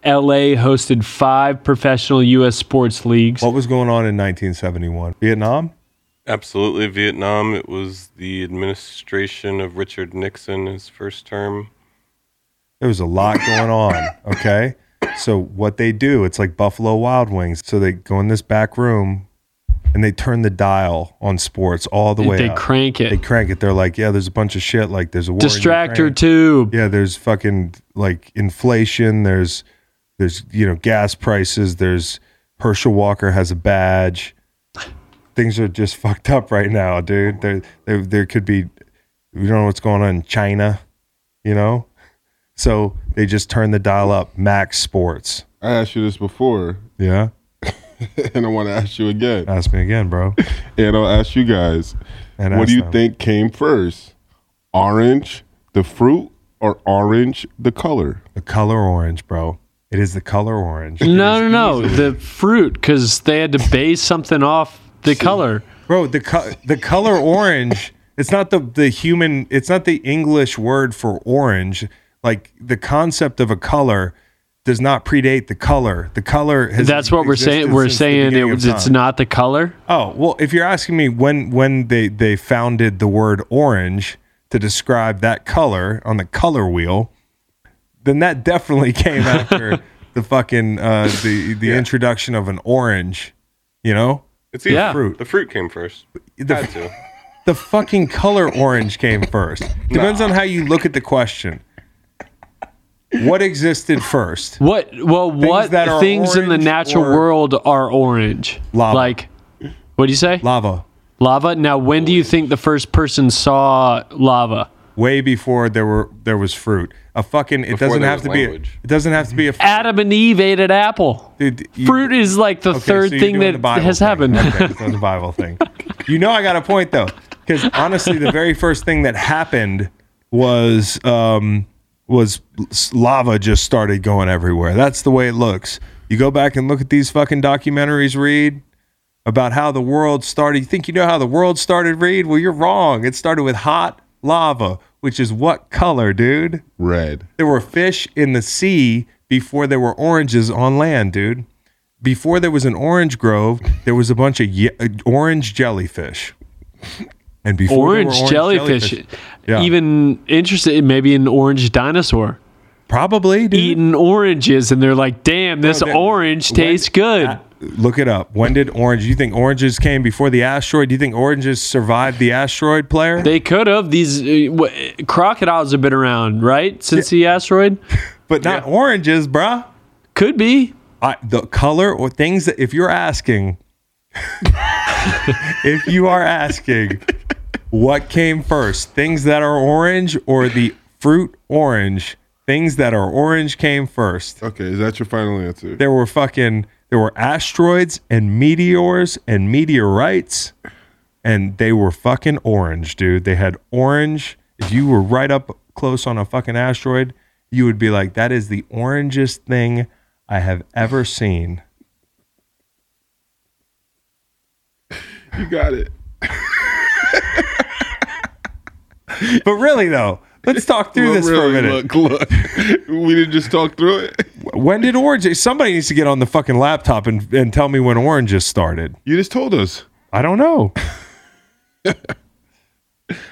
Speaker 2: LA hosted five professional U.S. sports leagues.
Speaker 1: what was going on in 1971 vietnam
Speaker 3: Absolutely, Vietnam. It was the administration of Richard Nixon, his first term.
Speaker 1: There was a lot going on. Okay. So what they do, it's like Buffalo Wild Wings. So they go in this back room and they turn the dial on sports all the way
Speaker 2: they
Speaker 1: up.
Speaker 2: crank
Speaker 1: they
Speaker 2: it.
Speaker 1: crank it. They're like, yeah, there's a bunch of shit. Like there's a war in
Speaker 2: Distractor
Speaker 1: Ukraine.
Speaker 2: tube.
Speaker 1: Yeah, there's fucking like inflation. There's there's you know gas prices. There's Herschel Walker has a badge. Things are just fucked up right now, dude. There there there could be we don't know what's going on in China, you know. So they just turn the dial up. Max Sports.
Speaker 6: I asked you this before,
Speaker 1: Yeah,
Speaker 6: and I want to ask you again.
Speaker 1: ask me again, bro.
Speaker 6: And I'll ask you guys,
Speaker 1: And
Speaker 6: what
Speaker 1: ask
Speaker 6: do you
Speaker 1: them.
Speaker 6: think came first? Orange, the fruit, or orange, the color?
Speaker 1: The color orange, bro. It is the color orange,
Speaker 2: No, no, no. The fruit, because they had to base something off the color.
Speaker 1: bro. The co- the color orange. It's not the the human. It's not the English word for orange. Like the concept of a color does not predate the color. The color has.
Speaker 2: That's what we're saying.
Speaker 1: existed
Speaker 2: We're
Speaker 1: since the
Speaker 2: saying
Speaker 1: beginning
Speaker 2: it,
Speaker 1: of
Speaker 2: was- it's
Speaker 1: time.
Speaker 2: not the color.
Speaker 1: Oh well, if you're asking me when when they they founded the word orange to describe that color on the color wheel, then that definitely came after the fucking uh, the the introduction of an orange. You know,
Speaker 3: It's either
Speaker 2: Yeah.
Speaker 1: Fruit.
Speaker 3: The fruit came first.
Speaker 1: The-
Speaker 3: Had to.
Speaker 1: The fucking color orange came first. Depends on how you look at the question. What existed first?
Speaker 7: What? Well, what
Speaker 1: that are
Speaker 7: things in the
Speaker 1: orange
Speaker 7: natural
Speaker 1: or-
Speaker 7: world are orange?
Speaker 1: Lava.
Speaker 7: Like, what do you say?
Speaker 1: Lava.
Speaker 7: lava. Now, when do you think the first person saw lava?
Speaker 1: Way before there were there was fruit. A fucking it doesn't
Speaker 3: there
Speaker 1: have
Speaker 3: was
Speaker 1: to be.
Speaker 3: language. Mm-hmm.
Speaker 1: A, it doesn't have to be a f-
Speaker 7: Adam and Eve ate an apple.
Speaker 1: dude, you-
Speaker 7: Fruit is like the
Speaker 1: Okay, so
Speaker 7: third
Speaker 1: you're
Speaker 7: thing
Speaker 1: doing
Speaker 7: that
Speaker 1: the Bible
Speaker 7: has
Speaker 1: thing.
Speaker 7: happened.
Speaker 1: Okay, so the Bible thing. You know, I got a point though, because honestly, the very first thing that happened was um, was s- lava just started going everywhere. That's the way it looks. You go back and look at these fucking documentaries, read about how the world started. You think you know how the world started, read? Well, you're wrong. It started with hot lava, which is what color, dude?
Speaker 6: Red.
Speaker 1: There were fish in the sea before there were oranges on land, dude. Before there was an orange grove, there was a bunch of ye- uh, orange jellyfish. And before there were
Speaker 7: orange, jellyfish.
Speaker 1: Yeah. Mm-hmm.
Speaker 7: Even interested, maybe an orange dinosaur
Speaker 1: probably dude.
Speaker 7: eating oranges, and they're like, "Damn, this
Speaker 1: they-
Speaker 7: orange
Speaker 1: when-
Speaker 7: tastes good."
Speaker 1: Look it up. When did orange? You think oranges came before the asteroid? Do you think oranges survived the asteroid, player?
Speaker 7: they could have. These uh, w- crocodiles have been around, right? Since the asteroid,
Speaker 1: but not oranges, bruh.
Speaker 7: could be.
Speaker 1: I, the color or things that if you're asking if you are asking what came first things that are orange or the fruit orange things that are orange came first
Speaker 6: Okay, is that your final answer?
Speaker 1: there were fucking there were asteroids and meteors and meteorites and they were fucking orange dude they had orange if you were right up close on a fucking asteroid you would be like that is the orangest thing i have ever seen
Speaker 6: You got it.
Speaker 1: but really though let's talk through
Speaker 6: Look,
Speaker 1: this for a
Speaker 6: really,
Speaker 1: minute
Speaker 6: Look, look. we didn't just talk through it.
Speaker 1: when did orange somebody needs to get on the fucking laptop and, and tell me when oranges started
Speaker 6: You just told us.
Speaker 1: i don't know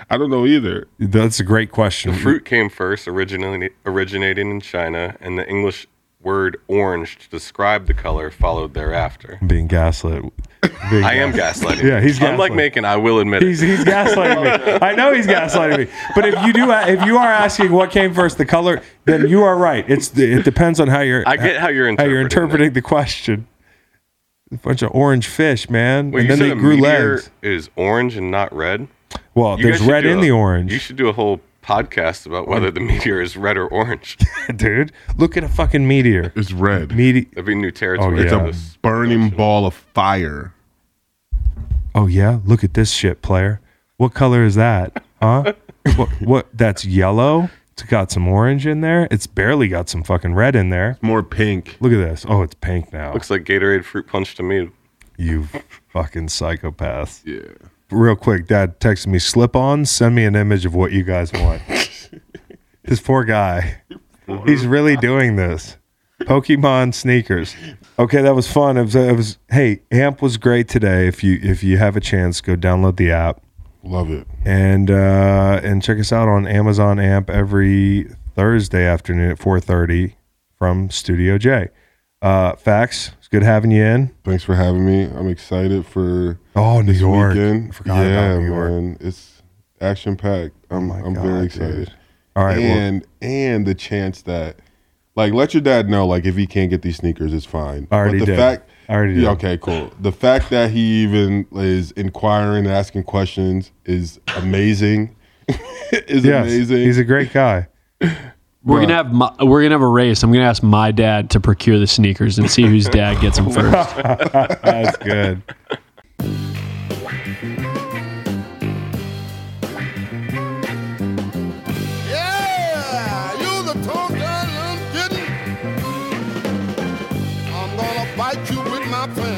Speaker 6: I don't know either.
Speaker 1: that's a great question
Speaker 3: Fruit came first, originally originating in China, and the English word orange to describe the color followed thereafter.
Speaker 1: being gaslit Being
Speaker 3: I am
Speaker 1: gaslit.
Speaker 3: gaslighting.
Speaker 1: Yeah, he's
Speaker 3: I'm like
Speaker 1: gaslighting.
Speaker 3: making. I will admit
Speaker 1: He's,
Speaker 3: it.
Speaker 1: he's gaslighting me. I know he's gaslighting me. But if you do, if you are asking what came first, the color, then you are right. It's it depends on how you're.
Speaker 3: I get how you're
Speaker 1: how you're
Speaker 3: interpreting
Speaker 1: interpreting the question. A bunch of orange fish, man,
Speaker 3: Wait,
Speaker 1: and
Speaker 3: you
Speaker 1: then
Speaker 3: said
Speaker 1: they
Speaker 3: a
Speaker 1: grew
Speaker 3: meteor
Speaker 1: legs.
Speaker 3: Is orange and not red?
Speaker 1: Well,
Speaker 3: You
Speaker 1: there's
Speaker 3: guys should
Speaker 1: red
Speaker 3: do
Speaker 1: in
Speaker 3: a-
Speaker 1: the
Speaker 3: You
Speaker 1: orange,
Speaker 3: should do a whole podcast about whether the meteor is red or orange.
Speaker 1: dude. Look at a fucking meteor.
Speaker 6: It's red.
Speaker 1: Meteor.
Speaker 3: That'd be new territory.
Speaker 1: Oh,
Speaker 3: for
Speaker 1: yeah.
Speaker 6: It's
Speaker 3: this.
Speaker 6: a burning ball of fire.
Speaker 1: Oh yeah, look at this shit, player. What color is that? Huh? what, what? That's yellow. It's got some orange in there. It's barely got some fucking red in there.
Speaker 6: More pink.
Speaker 1: Look at this. Oh, it's pink now.
Speaker 3: Looks like Gatorade fruit punch to me.
Speaker 1: You fucking psychopaths.
Speaker 6: Yeah.
Speaker 1: Real quick, dad texted me slip on, send me an image of what you guys want. this poor guy. He's really doing this. Pokemon sneakers. Okay, that was fun. It was, it was hey, AMP was great today. If you if you have a chance, go download the app
Speaker 6: Love it.
Speaker 1: and uh, and check us out on Amazon Amp every Thursday afternoon at 4:30 from Studio J. Uh, Fax, it's good having you in.
Speaker 6: Thanks for having me. I'm excited for
Speaker 1: Oh, New
Speaker 6: this
Speaker 1: York.
Speaker 6: weekend.
Speaker 1: I forgot
Speaker 6: yeah,
Speaker 1: about New York.
Speaker 6: man. It's action packed. I'm
Speaker 1: my
Speaker 6: I'm
Speaker 1: God,
Speaker 6: very
Speaker 1: dude.
Speaker 6: excited.
Speaker 1: All right, well,
Speaker 6: and and the chance that like let your dad know like if he can't get these sneakers it's fine.
Speaker 1: I already
Speaker 6: but the
Speaker 1: did.
Speaker 6: fact
Speaker 1: I already did.
Speaker 6: yeah, okay, cool. The fact that he even is inquiring and asking questions is amazing. is
Speaker 1: yes,
Speaker 6: amazing.
Speaker 1: he's a great guy.
Speaker 7: We're gonna have my, we're gonna have a race. I'm gonna ask my dad to procure the sneakers and see whose dad gets them first.
Speaker 1: That's good.
Speaker 10: Yeah, you the tongue tied little kitten. I'm gonna bite you with my fangs.